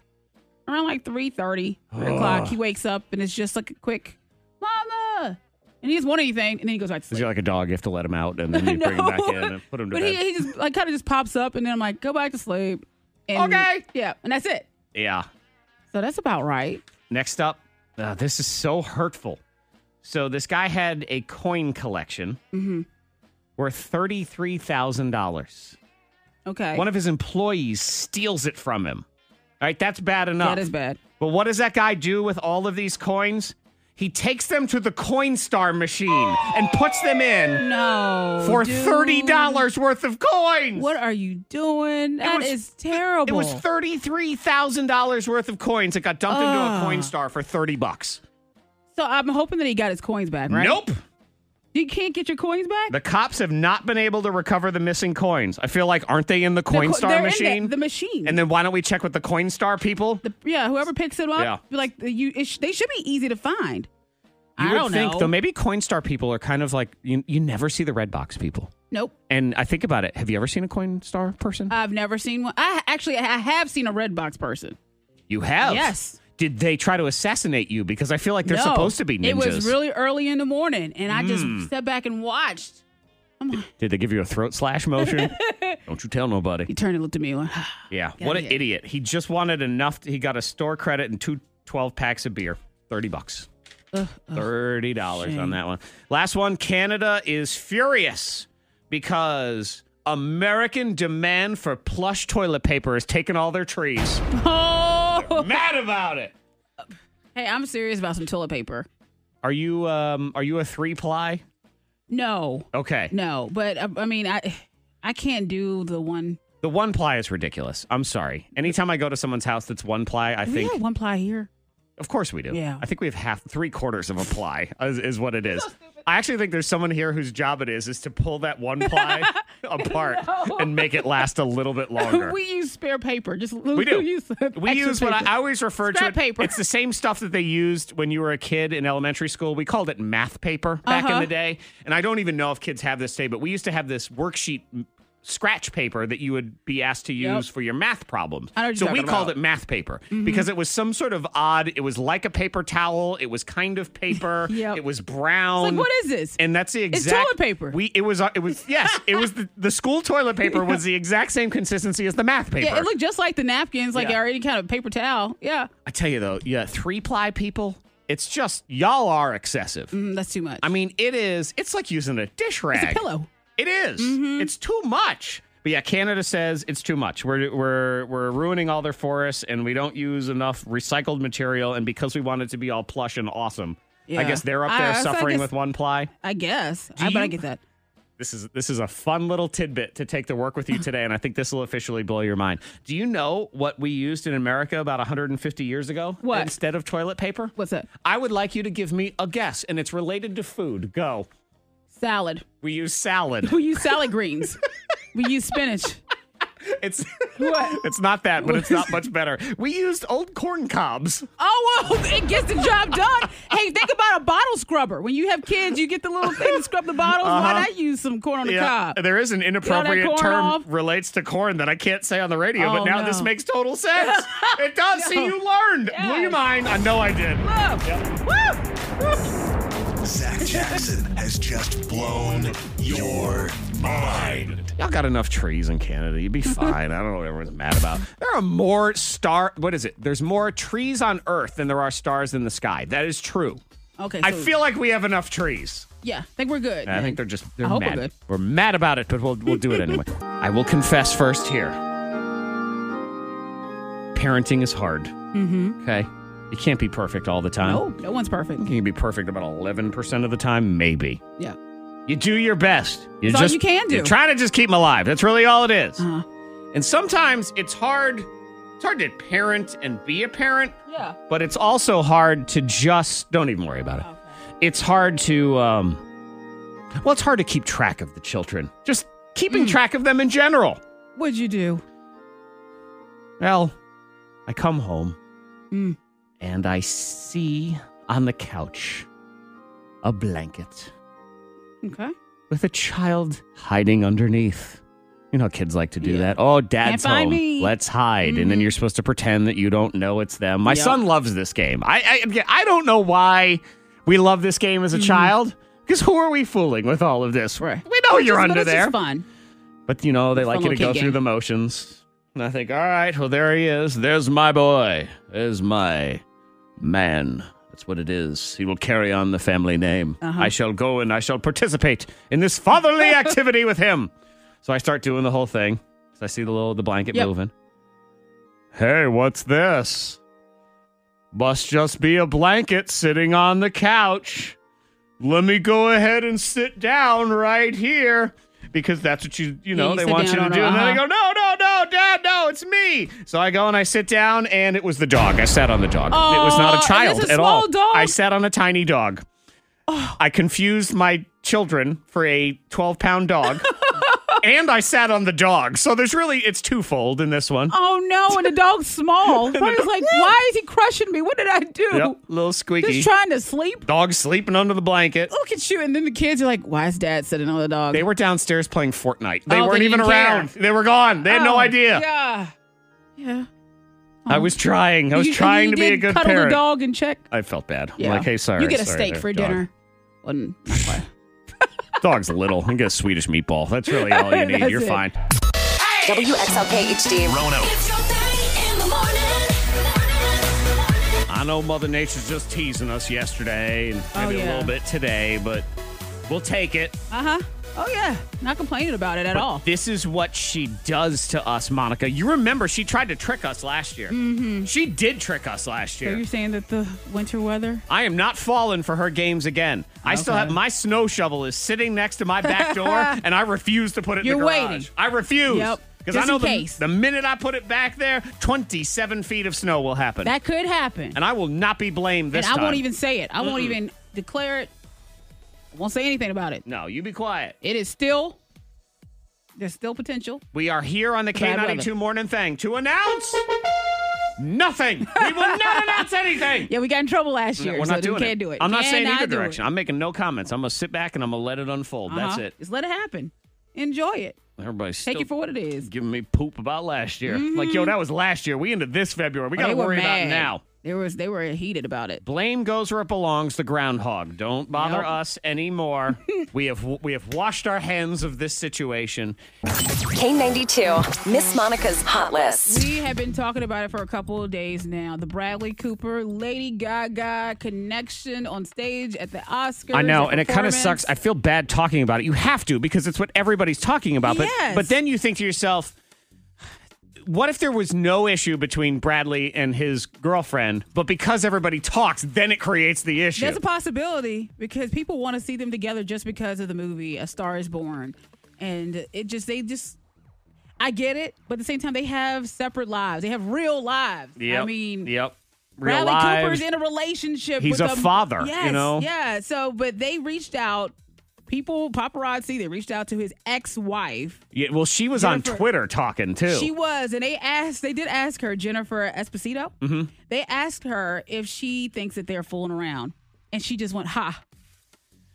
S5: around like 3.30 o'clock. He wakes up and it's just like a quick, Mama! And he doesn't want anything. And then he goes right to
S4: Is
S5: sleep.
S4: he like a dog? You have to let him out, and then you bring him back in and put him to
S5: but
S4: bed.
S5: he, he just like kind of just pops up and then I'm like, go back to sleep. And,
S4: Okay.
S5: Yeah, and that's it.
S4: yeah.
S5: So that's about right.
S4: Next up, uh, this is so hurtful. So this guy had a coin collection
S5: Mm-hmm.
S4: worth thirty three thousand dollars.
S5: Okay.
S4: One of his employees steals it from him. All right, that's bad enough.
S5: That is bad.
S4: But what does that guy do with all of these coins? He takes them to the Coinstar machine and puts them in
S5: No.
S4: for
S5: dude.
S4: thirty dollars worth of coins.
S5: What are you doing? That
S4: was-
S5: is
S4: It
S5: terrible.
S4: was thirty-three thousand dollars worth of coins that got dumped into a
S5: Ah.
S4: Coinstar for thirty bucks.
S5: so I'm hoping that he got his coins back, right?
S4: Nope.
S5: You can't get your coins back?
S4: The cops have not been able to recover the missing coins. I feel like aren't they in the
S5: The co-
S4: Coinstar
S5: they're in
S4: machine?
S5: the, the machine.
S4: and then why don't we check with the Coinstar people?
S5: the, yeah, whoever picks it up,
S4: Yeah.
S5: be like you, it sh- they should be easy to find.
S4: you
S5: I
S4: would
S5: don't
S4: think
S5: know.
S4: though maybe Coinstar people are kind of like you, you never see the red box people.
S5: nope,
S4: And I think about it. Have you ever seen a Coinstar person?
S5: I've never seen one. I actually I have seen a red box person.
S4: You have?
S5: Yes.
S4: Did they try to assassinate you? Because I feel like they're
S5: No,
S4: supposed to be ninjas. Hmm.
S5: It was really early in the morning, and I just stepped back and watched.
S4: Did they give you a throat slash motion? Don't you tell nobody.
S5: He turned and looked at me. Like,
S4: Yeah. what an
S5: here.
S4: idiot. He just wanted enough. he got a store credit and two 12 packs of beer. 30 bucks. $30 on that one. Last one Canada is furious because American demand for plush toilet paper has taken all their trees.
S5: oh,
S4: Mad about it.
S5: hey, I'm serious about some toilet paper.
S4: Are you um are you a three ply?
S5: No,
S4: Okay.
S5: no, but uh, I, I mean, I, I can't do the one.
S4: The one ply is ridiculous. I'm sorry. Anytime I go to someone's house that's one ply, I
S5: Do
S4: think,
S5: we have one ply here.
S4: of course we do.
S5: Yeah.
S4: I think we have half, three quarters of a ply is, is what it is. I actually think there's someone here whose job it is is to pull that one ply apart and make it last a little bit longer.
S5: we use spare paper. Just
S4: We do.
S5: Use
S4: We use what I, I always refer
S5: Scrap
S4: to. it-
S5: paper.
S4: It's the same stuff that they used when you were a kid in elementary school. We called it math paper back
S5: Uh-huh.
S4: in the day. And I don't even know if kids have this today, but we used to have this worksheet m- scratch paper that you would be asked to use for your math problems.
S5: I know what you're
S4: so we
S5: talking
S4: called it
S5: about. Mm-hmm.
S4: math paper because it was some sort of odd. It was like a paper towel. It was kind of paper.
S5: Yep.
S4: It was brown.
S5: It's like, what is this?
S4: And that's the
S5: It's
S4: exact
S5: toilet paper.
S4: We it was uh, it was yes it was the, the school toilet paper was the exact same consistency as the math paper.
S5: Yeah, it looked just like the napkins, like
S4: Yeah.
S5: or any kind of paper towel. Yeah,
S4: I tell you though, yeah, three ply people, it's just y'all are excessive.
S5: Mm, that's too much.
S4: I mean, it is. It's like using a dish rag.
S5: it's a pillow. Mm-hmm.
S4: It is. It's too much. But yeah, Canada says it's too much. We're we're we're ruining all their forests, and we don't use enough recycled material. And because we want it to be all plush and awesome, I
S5: Yeah.
S4: guess they're up
S5: I-
S4: there
S5: so I
S4: suffering
S5: guess-
S4: with one ply.
S5: I guess.
S4: Do
S5: I, but I
S4: you-
S5: get that.
S4: This is this is a fun little tidbit to take to work with you today, and I think this will officially blow your mind. Do you know what we used in America about 150 years ago?
S5: What?
S4: instead of toilet paper?
S5: What's that?
S4: I would like you to give me a guess, and it's related to food. Go.
S5: Salad.
S4: We use salad.
S5: We use salad greens. we use spinach.
S4: It's
S5: What?
S4: it's not that, but it's not much better. We used old corn cobs.
S5: Oh, well, it gets the job done. Hey, think about a bottle scrubber. When you have kids, you get the little thing to scrub the bottles. Why
S4: Uh-huh.
S5: not use some corn on the cob?
S4: there is an
S5: corn
S4: inappropriate term
S5: off?
S4: relates to corn that I can't say on the radio, but
S5: Oh,
S4: now
S5: no.
S4: this makes total sense. it does. See, you learned. Blew your
S5: Yes.
S4: mind. I know I did.
S5: Look. Woo!
S1: Zach Jackson has just blown your mind.
S4: Y'all got enough trees in Canada. You'd be fine. I don't know what everyone's mad about. There are more star. What is it? There's more trees on Earth than there are stars in the sky. That is true.
S5: Okay.
S4: I
S5: so-
S4: feel like we have enough trees.
S5: Yeah, I think we're good.
S4: I think they're just they're
S5: I hope we're
S4: mad.
S5: good.
S4: We're, mad about it, but we'll we'll do it anyway. I will confess first here. Parenting is hard. Mm-hmm. Okay. You can't be perfect all the time.
S5: No, no one's perfect.
S4: You can be perfect about eleven percent of the time, maybe.
S5: Yeah.
S4: You do your best. You
S5: That's all you can do. Uh-huh.
S4: You're trying to just keep them alive. That's really all it is. And sometimes it's hard. It's hard to parent and be a parent,
S5: Yeah.
S4: but it's also hard to just don't even worry about it. It's hard to um well, it's hard to keep track of the children. Just keeping track of them in general.
S5: What'd you do?
S4: Well, I come home
S5: Mm.
S4: and I see on the couch a blanket
S5: Okay.
S4: with a child hiding underneath. You know, how kids like to do that. Oh, dad's
S5: Can't find
S4: home.
S5: me. Mm-hmm.
S4: Let's hide, and then you're supposed to pretend that you don't know it's them. My
S5: Yep.
S4: son loves this game. I, I I don't know why we love this game as a child. Because who are we fooling with all of this?
S5: Mm-hmm. Right.
S4: We know you're
S5: Just- but
S4: under
S5: it's
S4: there.
S5: Just fun.
S4: But you know, they
S5: Fun
S4: like you to
S5: little
S4: go
S5: kid
S4: through
S5: game.
S4: the motions. And I think, all right, well, there he is. There's my boy. There's my man. That's what it is. He will carry on the family name. I shall go and I shall participate in this fatherly activity with him. So I start doing the whole thing. So I see the little the blanket
S5: Yep.
S4: moving. Hey, what's this? Must just be a blanket sitting on the couch. Let me go ahead and sit down right here because that's what you you know
S5: you
S4: they
S5: sit
S4: want you to
S5: down on
S4: do.
S5: a-
S4: And then I go,
S5: uh-huh.
S4: no, no, no, Dad, no, it's me. So I go and I sit down, and it was the dog. I sat on the dog. it was
S5: Aw,
S4: not
S5: and
S4: a
S5: it's a
S4: child at all.
S5: small dog?
S4: I sat on a tiny dog. I confused my children for a twelve pound dog. And I sat on the dog. So there's really, it's twofold in this one.
S5: Oh no, and the dog's small. I was like, why is he crushing me? What did I do?
S4: Yep, little squeaky.
S5: Just trying to sleep.
S4: dog sleeping under the blanket.
S5: Look at you. And then the kids are like, why is dad sitting on the dog?
S4: They were downstairs playing Fortnite. They
S5: Oh,
S4: weren't
S5: they
S4: even
S5: didn't care.
S4: around. They were gone. They had no
S5: Oh,
S4: idea.
S5: Yeah. Yeah.
S4: I was trying. I was
S5: You- and
S4: trying
S5: you
S4: to be a
S5: did
S4: good
S5: cuddle
S4: parent.
S5: the dog and check.
S4: I felt bad. I'm
S5: Yeah.
S4: like, hey, sorry.
S5: You get a
S4: sorry,
S5: steak
S4: there,
S5: for
S4: dog.
S5: dinner. Well, n- not quite.
S4: Dog's little. You get a Swedish meatball. That's really all you need.
S5: That's
S4: You're
S5: it.
S4: fine.
S2: WXLK HD.
S1: Rono,
S4: I know Mother Nature's just teasing us yesterday and
S5: Oh,
S4: maybe a
S5: yeah.
S4: little bit today, but we'll take it.
S5: Uh huh. Oh yeah. Not complaining about it at
S4: But
S5: all.
S4: This is what she does to us, Monica. You remember she tried to trick us last year. Mm-hmm. She did trick us last
S5: So
S4: year.
S5: you're saying that the winter weather?
S4: I am not falling for her games again. I still
S5: Okay.
S4: have my snow shovel is sitting next to my back door, and I refuse to put it in the
S5: You're
S4: garage.
S5: waiting.
S4: I refuse.
S5: Yep.
S4: Because
S5: Just
S4: I know
S5: in
S4: the,
S5: case.
S4: the minute I put it back there, 27 feet of snow will happen.
S5: That could happen.
S4: and I will not be blamed this
S5: And I
S4: time.
S5: won't even say it. I won't even declare it. I won't say anything about it.
S4: No, you be quiet.
S5: It is still there's still potential.
S4: We are here on the
S5: Bad
S4: K92
S5: weather.
S4: Morning Thing to announce nothing. We will not announce anything.
S5: Yeah, we got in trouble last year.
S4: We're
S5: so
S4: not doing
S5: we can't do it.
S4: I'm not saying
S5: Cannot
S4: either
S5: do it.
S4: direction. I'm making no comments. I'm going to sit back and I'm going to let it unfold. That's
S5: Uh-huh.
S4: it.
S5: Just let it happen. Enjoy it.
S4: Everybody's
S5: Take
S4: still
S5: it for what it is.
S4: giving me poop about last year. Like, yo, that was last year. We ended this February. We got
S5: Mm-hmm. Oh, they
S4: to
S5: were
S4: worry about
S5: mad.
S4: it now.
S5: They was they were heated about it.
S4: Blame goes where it belongs. The groundhog. Don't bother
S5: Yep.
S4: us anymore. we have we have washed our hands of this situation.
S2: K92. Miss Monica's Hot List.
S5: We have been talking about it for a couple of days now. The Bradley Cooper, Lady Gaga connection on stage at the Oscars.
S4: I know,
S5: the
S4: and it kind of
S5: performance.
S4: sucks. I feel bad talking about it. You have to because it's what everybody's talking about. But
S5: Yes.
S4: but then you think to yourself, what if there was no issue between Bradley and his girlfriend, but because everybody talks, then it creates the issue?
S5: There's a possibility because people want to see them together just because of the movie A Star Is Born, and it just they just I get it, but at the same time they have separate lives. They have real lives.
S4: Yep.
S5: I mean,
S4: yep. Real
S5: Bradley
S4: lives.
S5: Cooper's in a relationship.
S4: He's
S5: with
S4: a father, you
S5: Yes,
S4: know?
S5: Yeah. So, but they reached out. People, paparazzi, they reached out to his ex-wife.
S4: Yeah, well, she was on
S5: Jennifer-
S4: Twitter talking too.
S5: She was, and they asked. They did ask her, Jennifer Esposito. Mm-hmm. They asked her if she thinks that they're fooling around, and she just went, "Ha."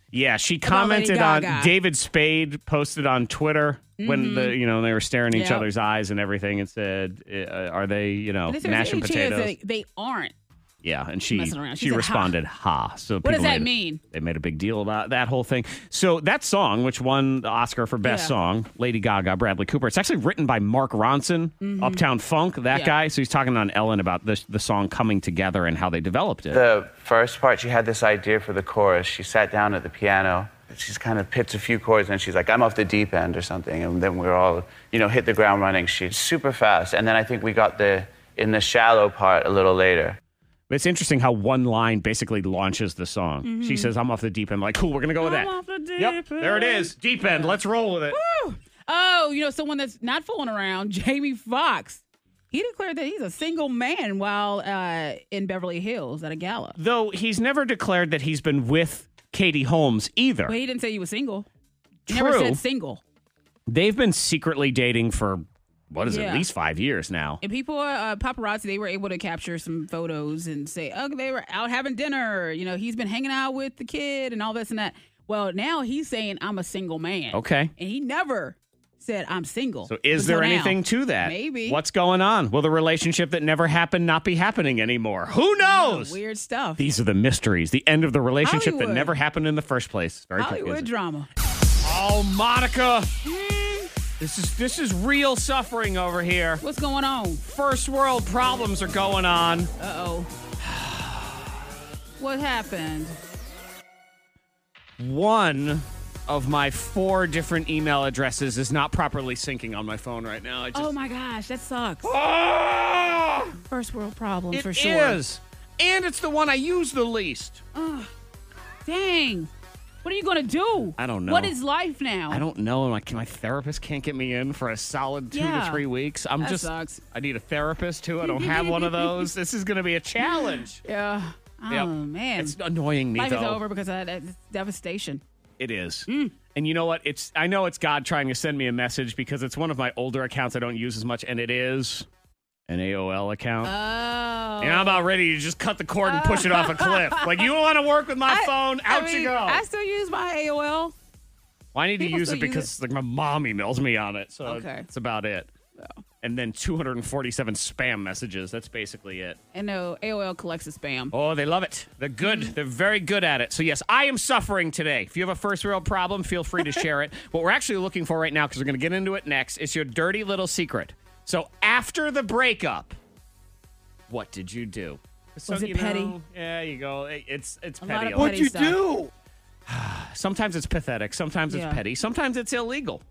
S4: yeah, she
S5: about Lady
S4: commented on
S5: Gaga. Mm-hmm.
S4: David Spade posted on Twitter when the you know they were staring each
S5: Yep.
S4: other's eyes and everything and said, uh, "Are they you know
S5: And if there's
S4: mashed
S5: any
S4: and
S5: chance
S4: potatoes?"
S5: that they aren't,
S4: Yeah, and she
S5: messing around. She
S4: she
S5: said, "Ha."
S4: responded ha. So
S5: What does
S4: people
S5: that
S4: made-
S5: mean?
S4: They made a big deal about that whole thing. So that song, which won the Oscar for Best
S5: Yeah.
S4: Song, Lady Gaga, Bradley Cooper. It's actually written by Mark Ronson, Uptown Funk, that
S5: Mm-hmm. Yeah.
S4: guy. So he's talking on Ellen about this the song coming together and how they developed it.
S10: The first part, she had this idea for the chorus. She sat down at the piano. She's kind of pits a few chords and she's like, I'm off the deep end or something. And then we were all, you know, hit the ground running. She's super fast. And then I think we got the in the shallow part a little later.
S4: But it's interesting how one line basically launches the song. She says, "I'm off the deep end." Like, cool, we're gonna go with
S5: Mm-hmm. I'm
S4: that.
S5: off the deep
S4: yep, there it
S5: end.
S4: is, deep end. Let's roll with it.
S5: oh, you know, someone that's not fooling around, Jamie Foxx. He declared that he's a single man while uh, in Beverly Hills at a gala.
S4: Though he's never declared that he's been with Katie Holmes either.
S5: But he didn't say he was single. He
S4: True.
S5: never said single.
S4: They've been secretly dating for what is it,
S5: Yeah.
S4: at least five years now.
S5: And people, uh, paparazzi, they were able to capture some photos and say, oh, they were out having dinner. You know, he's been hanging out with the kid and all this and that. Well, now he's saying, I'm a single man.
S4: Okay.
S5: And he never said, I'm single.
S4: So is there
S5: until now.
S4: anything to that?
S5: Maybe.
S4: What's going on? Will the relationship that never happened not be happening anymore? Who knows?
S5: Oh, Weird stuff.
S4: These are the mysteries. The end of the relationship that
S5: Hollywood.
S4: never happened in the first place. Very
S5: Hollywood
S4: confusing.
S5: drama.
S4: Oh, Monica. This is this is real suffering over here.
S5: What's going on?
S4: First world problems are going on.
S5: Uh oh. What happened?
S4: One of my four different email addresses is not properly syncing on my phone right now. I just
S5: Oh my gosh, that sucks.
S4: Ah!
S5: First world problem
S4: It
S5: for sure. Uh,
S4: is. And it's the one I use the least.
S5: Dang. What are you going to do?
S4: I don't know.
S5: What is life now?
S4: I don't know. My, my therapist can't get me in for a solid two to
S5: Yeah.
S4: three weeks. I'm
S5: That
S4: just.
S5: sucks.
S4: I need a therapist too. I don't have one of those. This is going to be a challenge.
S5: Yeah. Oh
S4: Yep.
S5: man.
S4: It's annoying me
S5: Life
S4: though.
S5: is over because of that it's devastation.
S4: It is.
S5: Hmm.
S4: And you know what? It's. I know it's God trying to send me a message because it's one of my older accounts I don't use as much, and it is an AOL account.
S5: Oh.
S4: and I'm about ready to just cut the cord and push it off a cliff. Like you want to work with my phone? Out you go.
S5: I still use my AOL.
S4: Well, I need to
S5: People
S4: use it
S5: still use
S4: because like my mom emails me on it, so
S5: Okay. Oh.
S4: that's about it. And then 247 spam messages. That's basically it.
S5: And no, AOL collects the spam.
S4: Oh, they love it. They're good.
S5: Mm.
S4: They're very good at it. So yes, I am suffering today. If you have a first world problem, feel free to share it. What we're actually looking for right now, because we're going to get into it next, is your dirty little secret. So after the breakup, what did you do? So,
S5: it
S4: you know,
S5: petty?
S4: yeah, you go. It- It's it's
S5: A lot
S4: petty.
S5: of What'd petty you stuff.
S4: do? Sometimes it's pathetic. Sometimes it's
S5: Yeah.
S4: petty. Sometimes it's illegal.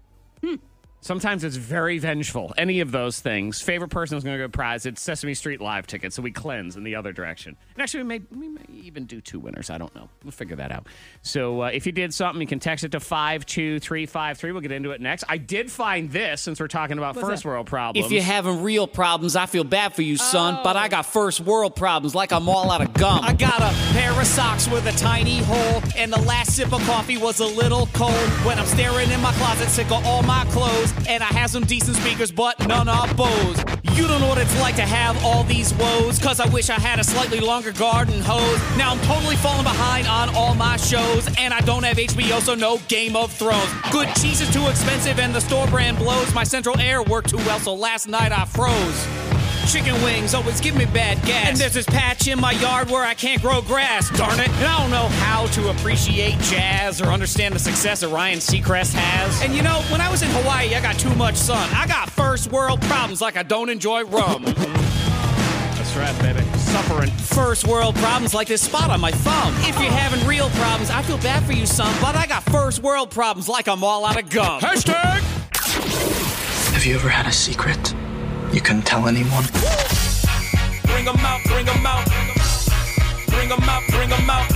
S4: Sometimes it's very vengeful. Any of those things. Favorite person is going to get a prize. It's Sesame Street live ticket, so we cleanse in the other direction. And actually, we may, we may even do two winners. I don't know. We'll figure that out. So uh, if you did something, you can text it to 52353. We'll get into it next. I did find this since we're talking about first world problems.
S11: If you're having real problems, I feel bad for you, son. But I got first world problems, like I'm all out of gum. I got a pair of socks with a tiny hole, and the last sip of coffee was a little cold. When I'm staring in my closet, sick of all my clothes, and I have some decent speakers, but none are Bose. You don't know what it's like to have all these woes, cause I wish I had a slightly longer garden hose. Now I'm totally falling behind on all my shows, and I don't have HBO, so no Game of Thrones. Good cheese is too expensive, and the store brand blows. My central air worked too well, so last night I froze. Chicken wings always give me bad gas. And there's this patch in my yard where I can't grow grass, darn it. And I don't know how to appreciate jazz or understand the success that Ryan Seacrest has. And you know, when I was in Hawaii, I got too much sun. I got first world problems like I don't enjoy rum.
S4: That's right, baby. Suffering.
S11: First world problems like this spot on my thumb. If you're having real problems, I feel bad for you, son, but I got first world problems like I'm all out of gum.
S4: Hashtag.
S12: Have you ever had a secret?
S1: You couldn't tell anyone?
S12: Bring 'em out, bring 'em out. Bring 'em out, bring 'em out.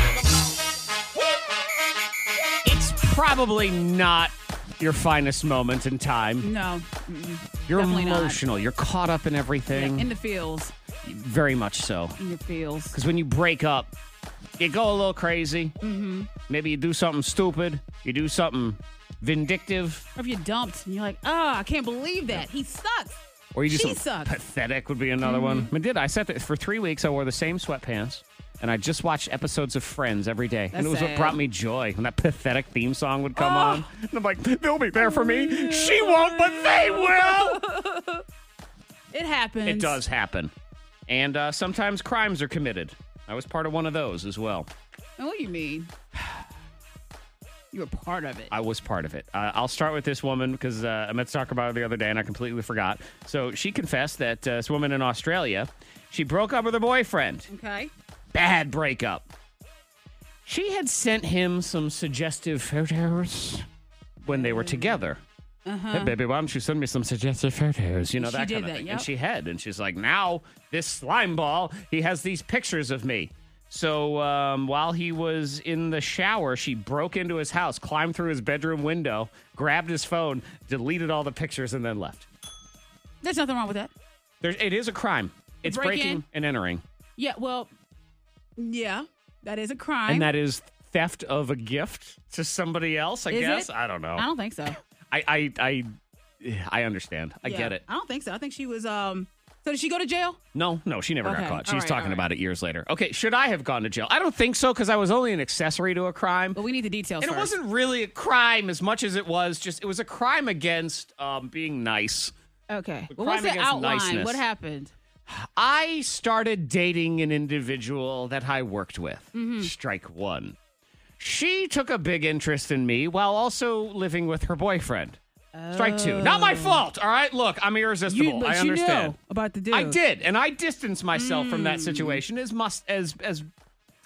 S4: It's probably not your finest moment in time.
S5: Oh, No. Mm-mm.
S4: You're
S5: Definitely not.
S4: emotional. You're caught up in everything.
S5: In the fields.
S4: Very much so.
S5: In your fields.
S4: Because when you break up, you go a little crazy.
S5: Mm-hmm.
S4: Maybe you do something stupid. You do something vindictive.
S5: Or if you dumped and you're like, oh, I can't believe that. He sucks.
S4: Or you do
S5: she
S4: something
S5: sucks. Mm-hmm.
S4: pathetic would be another one. I mean, did I said that for three weeks I wore the same sweatpants and I just watched episodes of Friends every day. and
S5: That's
S4: it was
S5: sad.
S4: what brought me joy when that pathetic theme song would come
S5: Oh.
S4: on. And I'm like, they'll be there for me. She won't, but they will.
S5: It happens.
S4: It does happen. And uh, sometimes crimes are committed. I was part of one of those as well.
S5: Now, What do you mean? You were part of it.
S4: I was part of it. Uh, I'll start with this woman because uh, I meant to talk about her the other day and I completely forgot. So she confessed that uh, this woman in Australia, she broke up with her boyfriend.
S5: Okay.
S4: Bad breakup. She had sent him some suggestive photos when they were together.
S5: Uh-huh.
S4: Hey, baby, why don't you send me some suggested photos? You know,
S5: She
S4: that
S5: did
S4: kind of
S5: that,
S4: thing.
S5: yep.
S4: And she had, and she's like, now this slime ball, he has these pictures of me. So um, while he was in the shower, she broke into his house, climbed through his bedroom window, grabbed his phone, deleted all the pictures, and then left.
S5: There's nothing wrong with that.
S4: There, it is a crime. It's
S5: break
S4: breaking
S5: in?
S4: and entering.
S5: Yeah, well, yeah, that is a crime.
S4: And that is theft of a gift to somebody else, I
S5: Is
S4: guess.
S5: it?
S4: I don't know.
S5: I don't think so.
S4: I, I, I, I understand. I
S5: Yeah.
S4: get it.
S5: I don't think so. I think she was. um So did she go to jail?
S4: No, no, she never
S5: Okay.
S4: got caught.
S5: All
S4: She's
S5: right,
S4: talking
S5: all right.
S4: about it years later. Okay, should I have gone to jail? I don't think so because I was only an accessory to a crime.
S5: But we need the details.
S4: And it
S5: first.
S4: wasn't really a crime as much as it was just, it was a crime against um, being nice.
S5: Okay.
S4: But
S5: Well, what's
S4: crime
S5: the
S4: against
S5: outline?
S4: niceness.
S5: What happened?
S4: I started dating an individual that I worked with.
S5: Mhm.
S4: Strike one. She took a big interest in me while also living with her boyfriend. Strike two. Not my fault. All right. Look, I'm irresistible.
S5: Oh. You- but
S4: I
S5: you knew
S4: understand
S5: about the dude.
S4: I did, and I distanced myself from that situation as must as as.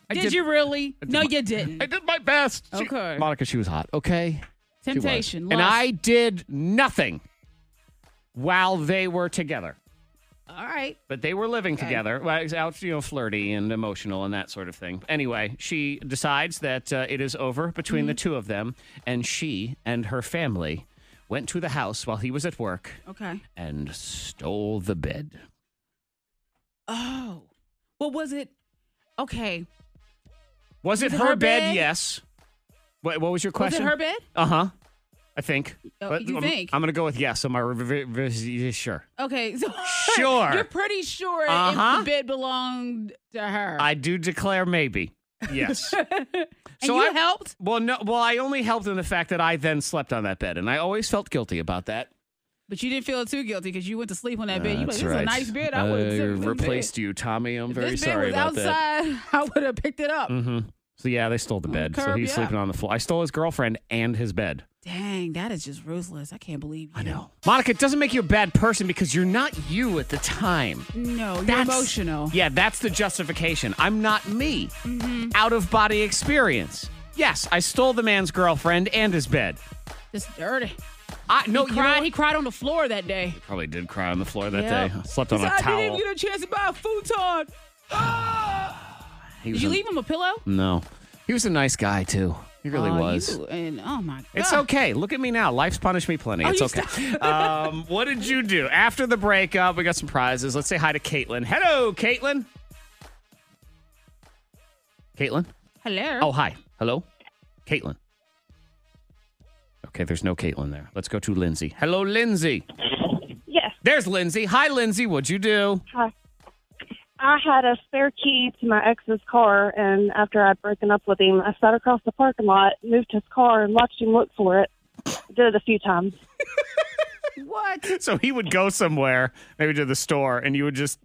S4: I
S5: Hmm. Did you really?
S4: I did
S5: No,
S4: my-
S5: you didn't. I
S4: did my best.
S5: Okay.
S4: Monica, she was hot. Okay. She was.
S5: Temptation,
S4: And
S5: lust.
S4: I did nothing while they were together.
S5: All right.
S4: But they were living together. Well, it's out, you know, flirty and emotional and that sort of thing. Anyway, she decides that uh, it is over between
S5: Mm-hmm.
S4: the two of them, and she and her family went to the house while he was at work
S5: Okay.
S4: and stole the bed.
S5: Oh. What was it? Okay.
S4: Was it, her, bed? Yes. What, what was your
S5: Was it
S4: question?
S5: her bed?
S4: Uh huh. I think.
S5: Oh,
S4: But
S5: you
S4: I'm,
S5: think?
S4: I'm gonna go with yes on my re- re- re- sure.
S5: Okay. So
S4: Sure.
S5: You're pretty sure if
S4: Uh-huh.
S5: the bed belonged to her.
S4: I do declare maybe. Yes.
S5: and you helped?
S4: Well, no. Well, I only helped in the fact that I then slept on that bed, and I always felt guilty about that.
S5: But you didn't feel too guilty because you went to sleep on that bed. You like,
S4: That's
S5: this is a
S4: right.
S5: nice bed. I would have
S4: I
S5: took this
S4: replaced you, Tommy. I'm
S5: bed.
S4: very
S5: this
S4: sorry
S5: bed was
S4: about that.
S5: outside. I would have picked it up.
S4: Mm-hmm. So yeah, they stole the bed. so
S5: curb,
S4: he's
S5: yeah.
S4: sleeping on the floor. I stole his girlfriend and his bed.
S5: Dang, that is just ruthless. I can't believe you. I know.
S4: Monica, it doesn't make you a bad person because you're not you at the time.
S5: No, you're
S4: That's-
S5: emotional. Mm-hmm.
S4: Yeah, that's the justification. I'm not me. Out of body experience. Yes, I stole the man's girlfriend and his bed.
S5: It's dirty.
S4: I no,
S5: he cried. he cried on the floor that day.
S4: Probably did cry on the floor that
S5: Yeah.
S4: day. I slept on
S5: He
S4: a
S5: said, I
S4: towel.
S5: didn't even get a chance to buy a futon.
S4: He
S5: Did
S4: was
S5: you
S4: a-
S5: leave him a pillow?
S4: No, he was a nice guy too. He really
S5: Oh,
S4: was.
S5: you- and oh my god.
S4: It's okay. Look at me now. Life's punished me plenty.
S5: Oh,
S4: it's
S5: you
S4: okay. um, what did you do after the breakup? We got some prizes. Let's say hi to Caitlin. Hello, Caitlin. Caitlin.
S5: Hello.
S4: Oh, hi. Hello, Caitlin. Okay, there's no Caitlin there. Let's go to Lindsay. Hello, Lindsay.
S13: Yes.
S4: There's Lindsay. Hi, Lindsay. What'd you do?
S13: Hi. I had a spare key to my ex's car, and after I'd broken up with him, I sat across the parking lot, moved his car, and watched him look for it. Did it a few times.
S5: What?
S4: So he would go somewhere, maybe to the store, and you would just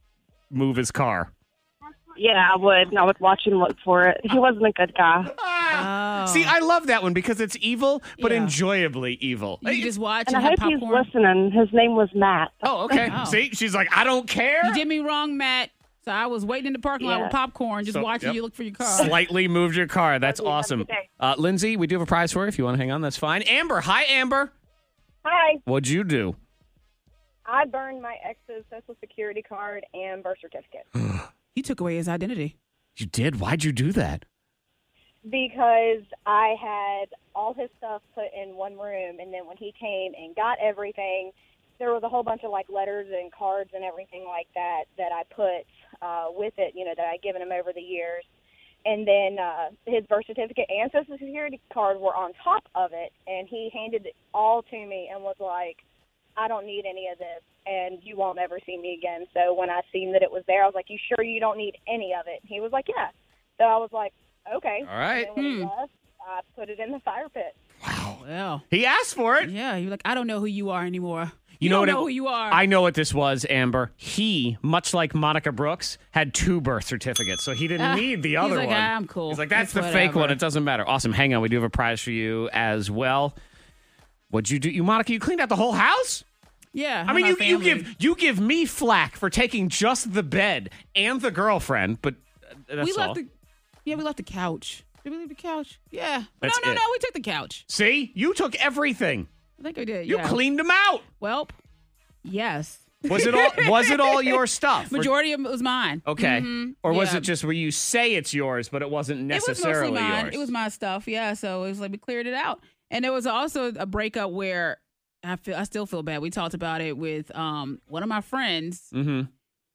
S4: move his car.
S13: Yeah, I would, and I would watch him look for it. He wasn't a good guy.
S5: Oh.
S4: See, I love that one because it's evil, but enjoyably evil.
S5: You just watch
S13: And
S5: and,
S13: I
S5: have
S13: hope
S5: popcorn.
S13: he's listening. His name was Matt.
S4: Oh, okay. See, she's like, I don't care.
S5: You did me wrong, Matt. So I was waiting in the parking lot
S4: Yeah.
S5: with popcorn, just
S4: So,
S5: watching
S4: yep.
S5: you look for your car.
S4: Slightly moved your car. That's awesome.
S5: good day.
S4: Uh, Lindsay, we do have a prize for you. If you want to hang on, that's fine. Amber, hi, Amber.
S14: Hi.
S4: What'd you do?
S14: I burned my ex's social security card and birth certificate
S5: He took away his identity.
S4: You did? Why'd you do that?
S14: because I had all his stuff put in one room. And then when he came and got everything, there was a whole bunch of like letters and cards and everything like that that I put uh, with it, you know, that I'd given him over the years. And then uh, his birth certificate and social security card were on top of it. And he handed it all to me and was like, I don't need any of this, and you won't ever see me again. So when I seen that it was there, I was like, "You sure you don't need any of it?" He was like, "Yeah." So I was like, "Okay."
S4: All right. Hmm.
S14: And then when he left, I put it in the fire pit.
S5: Wow.
S4: He asked for it.
S5: Yeah. You're like, I don't know who you are anymore.
S4: You,
S5: You, don't
S4: what
S5: know
S4: it-
S5: who you are.
S4: I know what this was, Amber. He, much like Monica Brooks, had two birth certificates, so he didn't
S5: Ah,
S4: need the
S5: he's
S4: other
S5: like,
S4: one.
S5: "Ah, I'm cool.
S4: He's like, that's
S5: It's
S4: the fake
S5: whatever."
S4: one. It doesn't matter. Awesome. Hang on, we do have a prize for you as well. What'd you do, you Monica? You cleaned out the whole house.
S5: Yeah.
S4: I mean, you, you give you give me flack for taking just the bed and the girlfriend, but uh, that's
S5: we left
S4: all.
S5: the. Yeah, we left the couch. Did we leave the couch? Yeah.
S4: That's
S5: no, no,
S4: it.
S5: no. We took the couch.
S4: See, you took everything.
S5: I think we did.
S4: You
S5: yeah.
S4: cleaned them out.
S5: Welp. Yes.
S4: Was it all? was it all your stuff? Or-
S5: Majority of it was mine.
S4: Okay.
S5: Mhm,
S4: Or was
S5: yeah.
S4: it just where you say it's yours, but it wasn't
S5: It was mostly
S4: necessarily
S5: mine.
S4: yours?
S5: It was my stuff. Yeah. So it was like we cleared it out, and there was also a breakup where I feel I still feel bad. We talked about it with um one of my friends.
S4: Mm-hmm.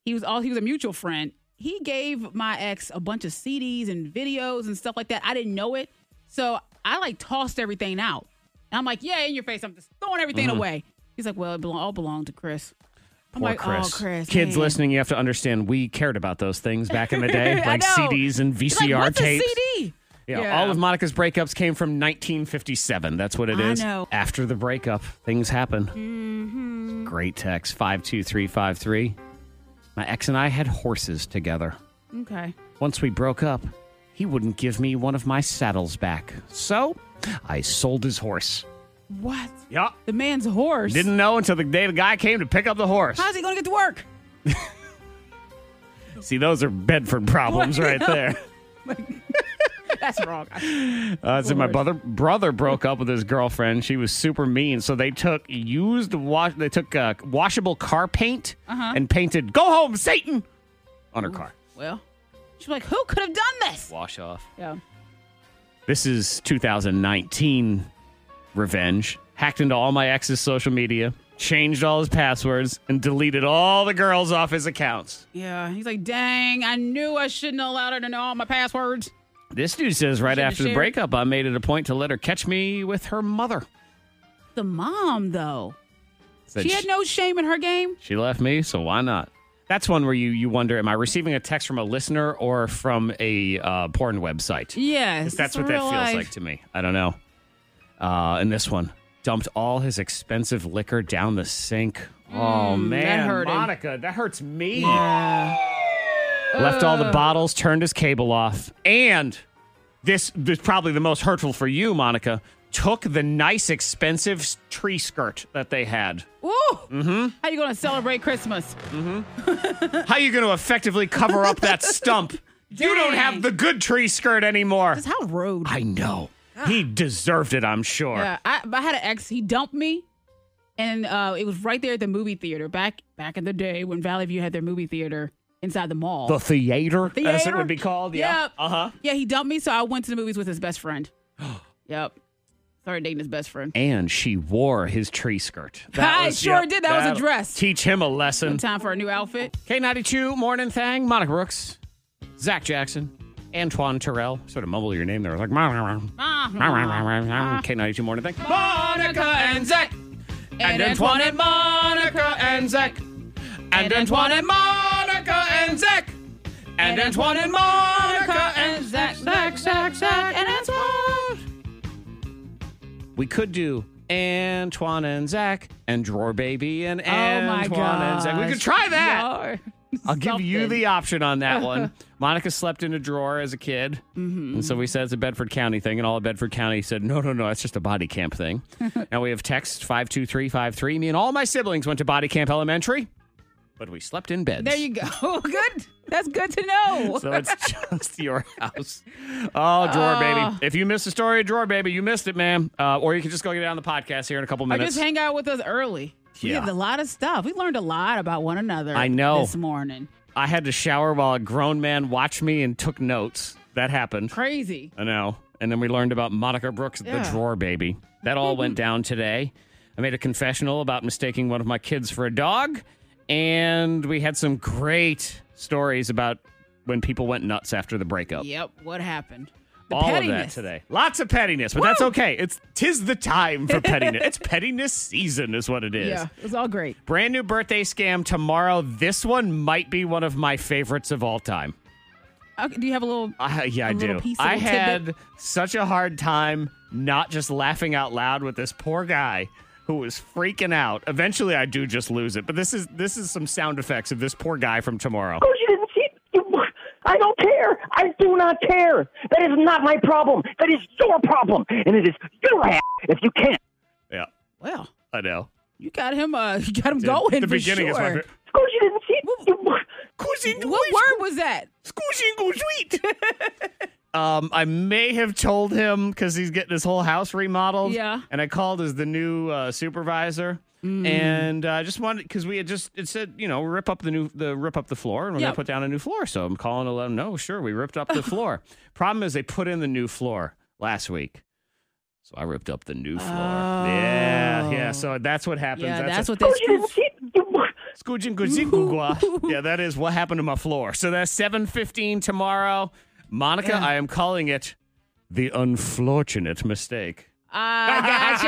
S5: He was all he was a mutual friend. He gave my ex a bunch of CDs and videos and stuff like that. I didn't know it, so I like tossed everything out. And I'm like, yeah, in your face. I'm just throwing everything
S4: Mhm.
S5: away. He's like, well, it belong- all belonged to Chris. I'm
S4: Poor
S5: like,
S4: Chris.
S5: oh, Chris.
S4: Kids
S5: man."
S4: listening, you have to understand we cared about those things back in the day,
S5: I
S4: like
S5: know.
S4: CDs and
S5: He's
S4: VCR
S5: like, What's
S4: tapes.
S5: A CD?
S4: Yeah, all of Monica's breakups came from 1957. That's what it
S5: I
S4: is.
S5: know.
S4: After the breakup, things happen.
S5: Mhm.
S4: Great text 52353. My ex and I had horses together.
S5: Okay.
S4: Once we broke up, he wouldn't give me one of my saddles back. So I sold his horse.
S5: What?
S4: Yeah.
S5: The man's horse.
S4: Didn't know until the day the guy came to pick up the horse.
S5: How's he going to get to work?
S4: See, those are Bedford problems
S5: What?
S4: right there.
S5: That's wrong.
S4: Uh, so my brother brother broke up with his girlfriend. She was super mean, so they took used wash. They took uh, washable car paint
S5: Uh-huh.
S4: and painted "Go home, Satan" on her car.
S5: Well, she's like, who could have done this?
S4: Wash off.
S5: Yeah.
S4: This is 2019 revenge. Hacked into all my ex's social media, changed all his passwords, and deleted all the girls off his accounts.
S5: Yeah. He's like, dang, I knew I shouldn't have allowed her to know all my passwords.
S4: This dude says right
S5: Should've
S4: after the
S5: shared.
S4: breakup, I made it a point to let her catch me with her mother.
S5: The mom, though,
S4: Said
S5: she had no shame in her game.
S4: She left me, so why not? That's one where you you wonder: Am I receiving a text from a listener or from a uh, porn website?
S5: Yes.
S4: If that's
S5: it's
S4: what that
S5: real
S4: feels
S5: life.
S4: like to me. I don't know. Uh, and this one dumped all his expensive liquor down the sink. oh
S5: Mm, that
S4: man,
S5: hurt him.
S4: Monica, that hurts me. Left
S5: Left
S4: all the bottles, turned his cable off, and this this is probably the most hurtful for you, Monica. Took the nice, expensive s- tree skirt that they had.
S5: Woo!
S4: Mm-hmm.
S5: How you going to celebrate Christmas? Uh.
S4: How you going to effectively cover up that stump? You don't have the good tree skirt anymore. That's
S5: how rude.
S4: I know. He deserved it, I'm sure.
S5: Ah. Yeah, I, I had an ex. He dumped me, and uh, it was right there at the movie theater back back in the day when Valley View had their movie theater inside the mall.
S4: The theater, as it
S5: Theater?
S4: would be called. Yeah.
S5: Yep.
S4: Uh huh.
S5: yeah, he dumped me, so I went to the movies with his best friend. yep, started dating his best friend.
S4: And she wore his tree skirt.
S5: I sure did. That was a
S4: that'll
S5: dress.
S4: Teach him a lesson.
S5: Time for a new outfit.
S4: K92 Morning Thang, Monica Brooks, Zach Jackson, Antoine Terrell. Sort of mumble your name there. Like, K92 Morning Thang. Monica and Zach.
S5: And Antoine and
S4: Monica and Zach. And Antoine and Monica and Zach. And Antoine and Monica and Zach. Zach, Zach, Zach, and Antoine. We could do Antoine and Zach and Drawer Baby and
S5: oh my
S4: Antoine
S5: god!
S4: and Zach. We could try that. I'll give you the option on that one. Monica slept in a drawer as a kid.
S5: Mhm.
S4: And so we said it's a Bedford County thing. And all of Bedford County said, no, no, no, that's just a body camp thing. now we have text 52353. Me and all my siblings went to body camp elementary, but we slept in beds.
S5: There you go. good. That's good to know.
S4: so it's just your house. Oh, drawer
S5: Oh.
S4: baby. If you missed the Uh, story of drawer baby, you missed it, ma'am. Uh, or you can just go get it on the podcast here in a couple
S5: or
S4: minutes.
S5: just hang out with us early. We
S4: Yeah.
S5: have a lot of stuff. We learned a lot about one another.
S4: I know.
S5: This morning.
S4: I had to shower while a grown man watched me and took notes. That happened.
S5: Crazy.
S4: I know. And then we learned about Monica Brooks,
S5: Yeah.
S4: the drawer baby. That all went down today. I made a confessional about mistaking one of my kids for a dog. And we had some great stories about when people went nuts after the breakup.
S5: Yep. What happened? The
S4: all of that
S5: pettiness.
S4: today. Lots of pettiness, but that's okay. It's tis the time for pettiness. it's pettiness season, is what it is.
S5: Yeah. It was all great.
S4: Brand new birthday scam tomorrow. This one might be one of my favorites of all time.
S5: Okay, do you have a little?
S4: I, yeah,
S5: a
S4: I
S5: little
S4: do.
S5: Piece, a
S4: I
S5: little
S4: had
S5: tidbit?
S4: such a hard time not just laughing out loud with this poor guy who was freaking out. Eventually, I do just lose it. But this is this is some sound effects of this poor guy from tomorrow.
S15: you didn't see. You, I don't care. I do not care. That is not my problem. That is your problem, and it is your ass if you can't.
S4: Yeah,
S5: Well,
S4: I know.
S5: you got him. Uh, you got him going.
S4: the
S5: for
S4: beginning
S5: sure.
S4: is my favorite.
S5: you didn't see.
S4: what
S5: word was that?
S4: sweet. Um, I may have told him because he's getting his whole house remodeled.
S5: Yeah. Mm.
S4: And I called as the new uh, supervisor, and uh, I just wanted because we had just it said you know rip up the new the rip up the floor and we're
S5: Yeah.
S4: gonna put down a new floor. So I'm calling to let him know. Sure, we ripped up the floor. Problem is they put in the new floor last week. So I ripped up the new floor. Yeah, yeah. So that's what happens.
S5: Oh. Yeah, that's what
S4: that's
S5: that scoof-
S4: Scoojin Guzigugua. Yeah, that is what happened to my floor. So that's 7.15 tomorrow. Monica, I am calling it the unfortunate mistake.
S5: I Ah, gotcha.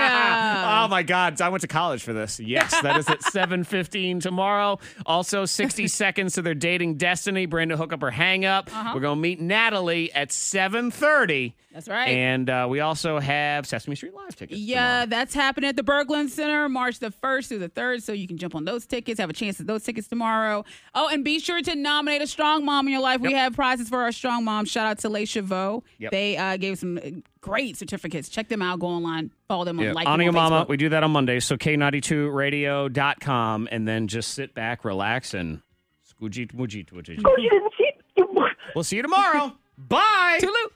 S4: oh my God. I went to college for this. Yes, that is at 7.15 tomorrow. Also, 60 seconds to their dating destiny. Brenda hook up or hang up. We're going to meet Natalie at 7.30.
S5: Uh-huh. That's right.
S4: And uh, we also have Sesame Street Live tickets.
S5: Yeah, that's happening at the Berglund Center, March the 1st through the 3rd. So you can jump on those tickets, have a chance at those tickets tomorrow. Oh, and be sure to nominate a strong mom in your life. We have prizes for our strong mom. Shout out to Les Chevaux.
S4: Yep.
S5: They uh, gave some uh, great certificates. Check them out. Go online, follow them,
S4: Yeah.
S5: on like
S4: Honor Your
S5: them on
S4: Mama,
S5: Facebook.
S4: we do that on Monday. So K92radio.com and then just sit back, relax, and scoojit, mujit, mujit. We'll see you tomorrow. Bye.
S5: Toodaloo.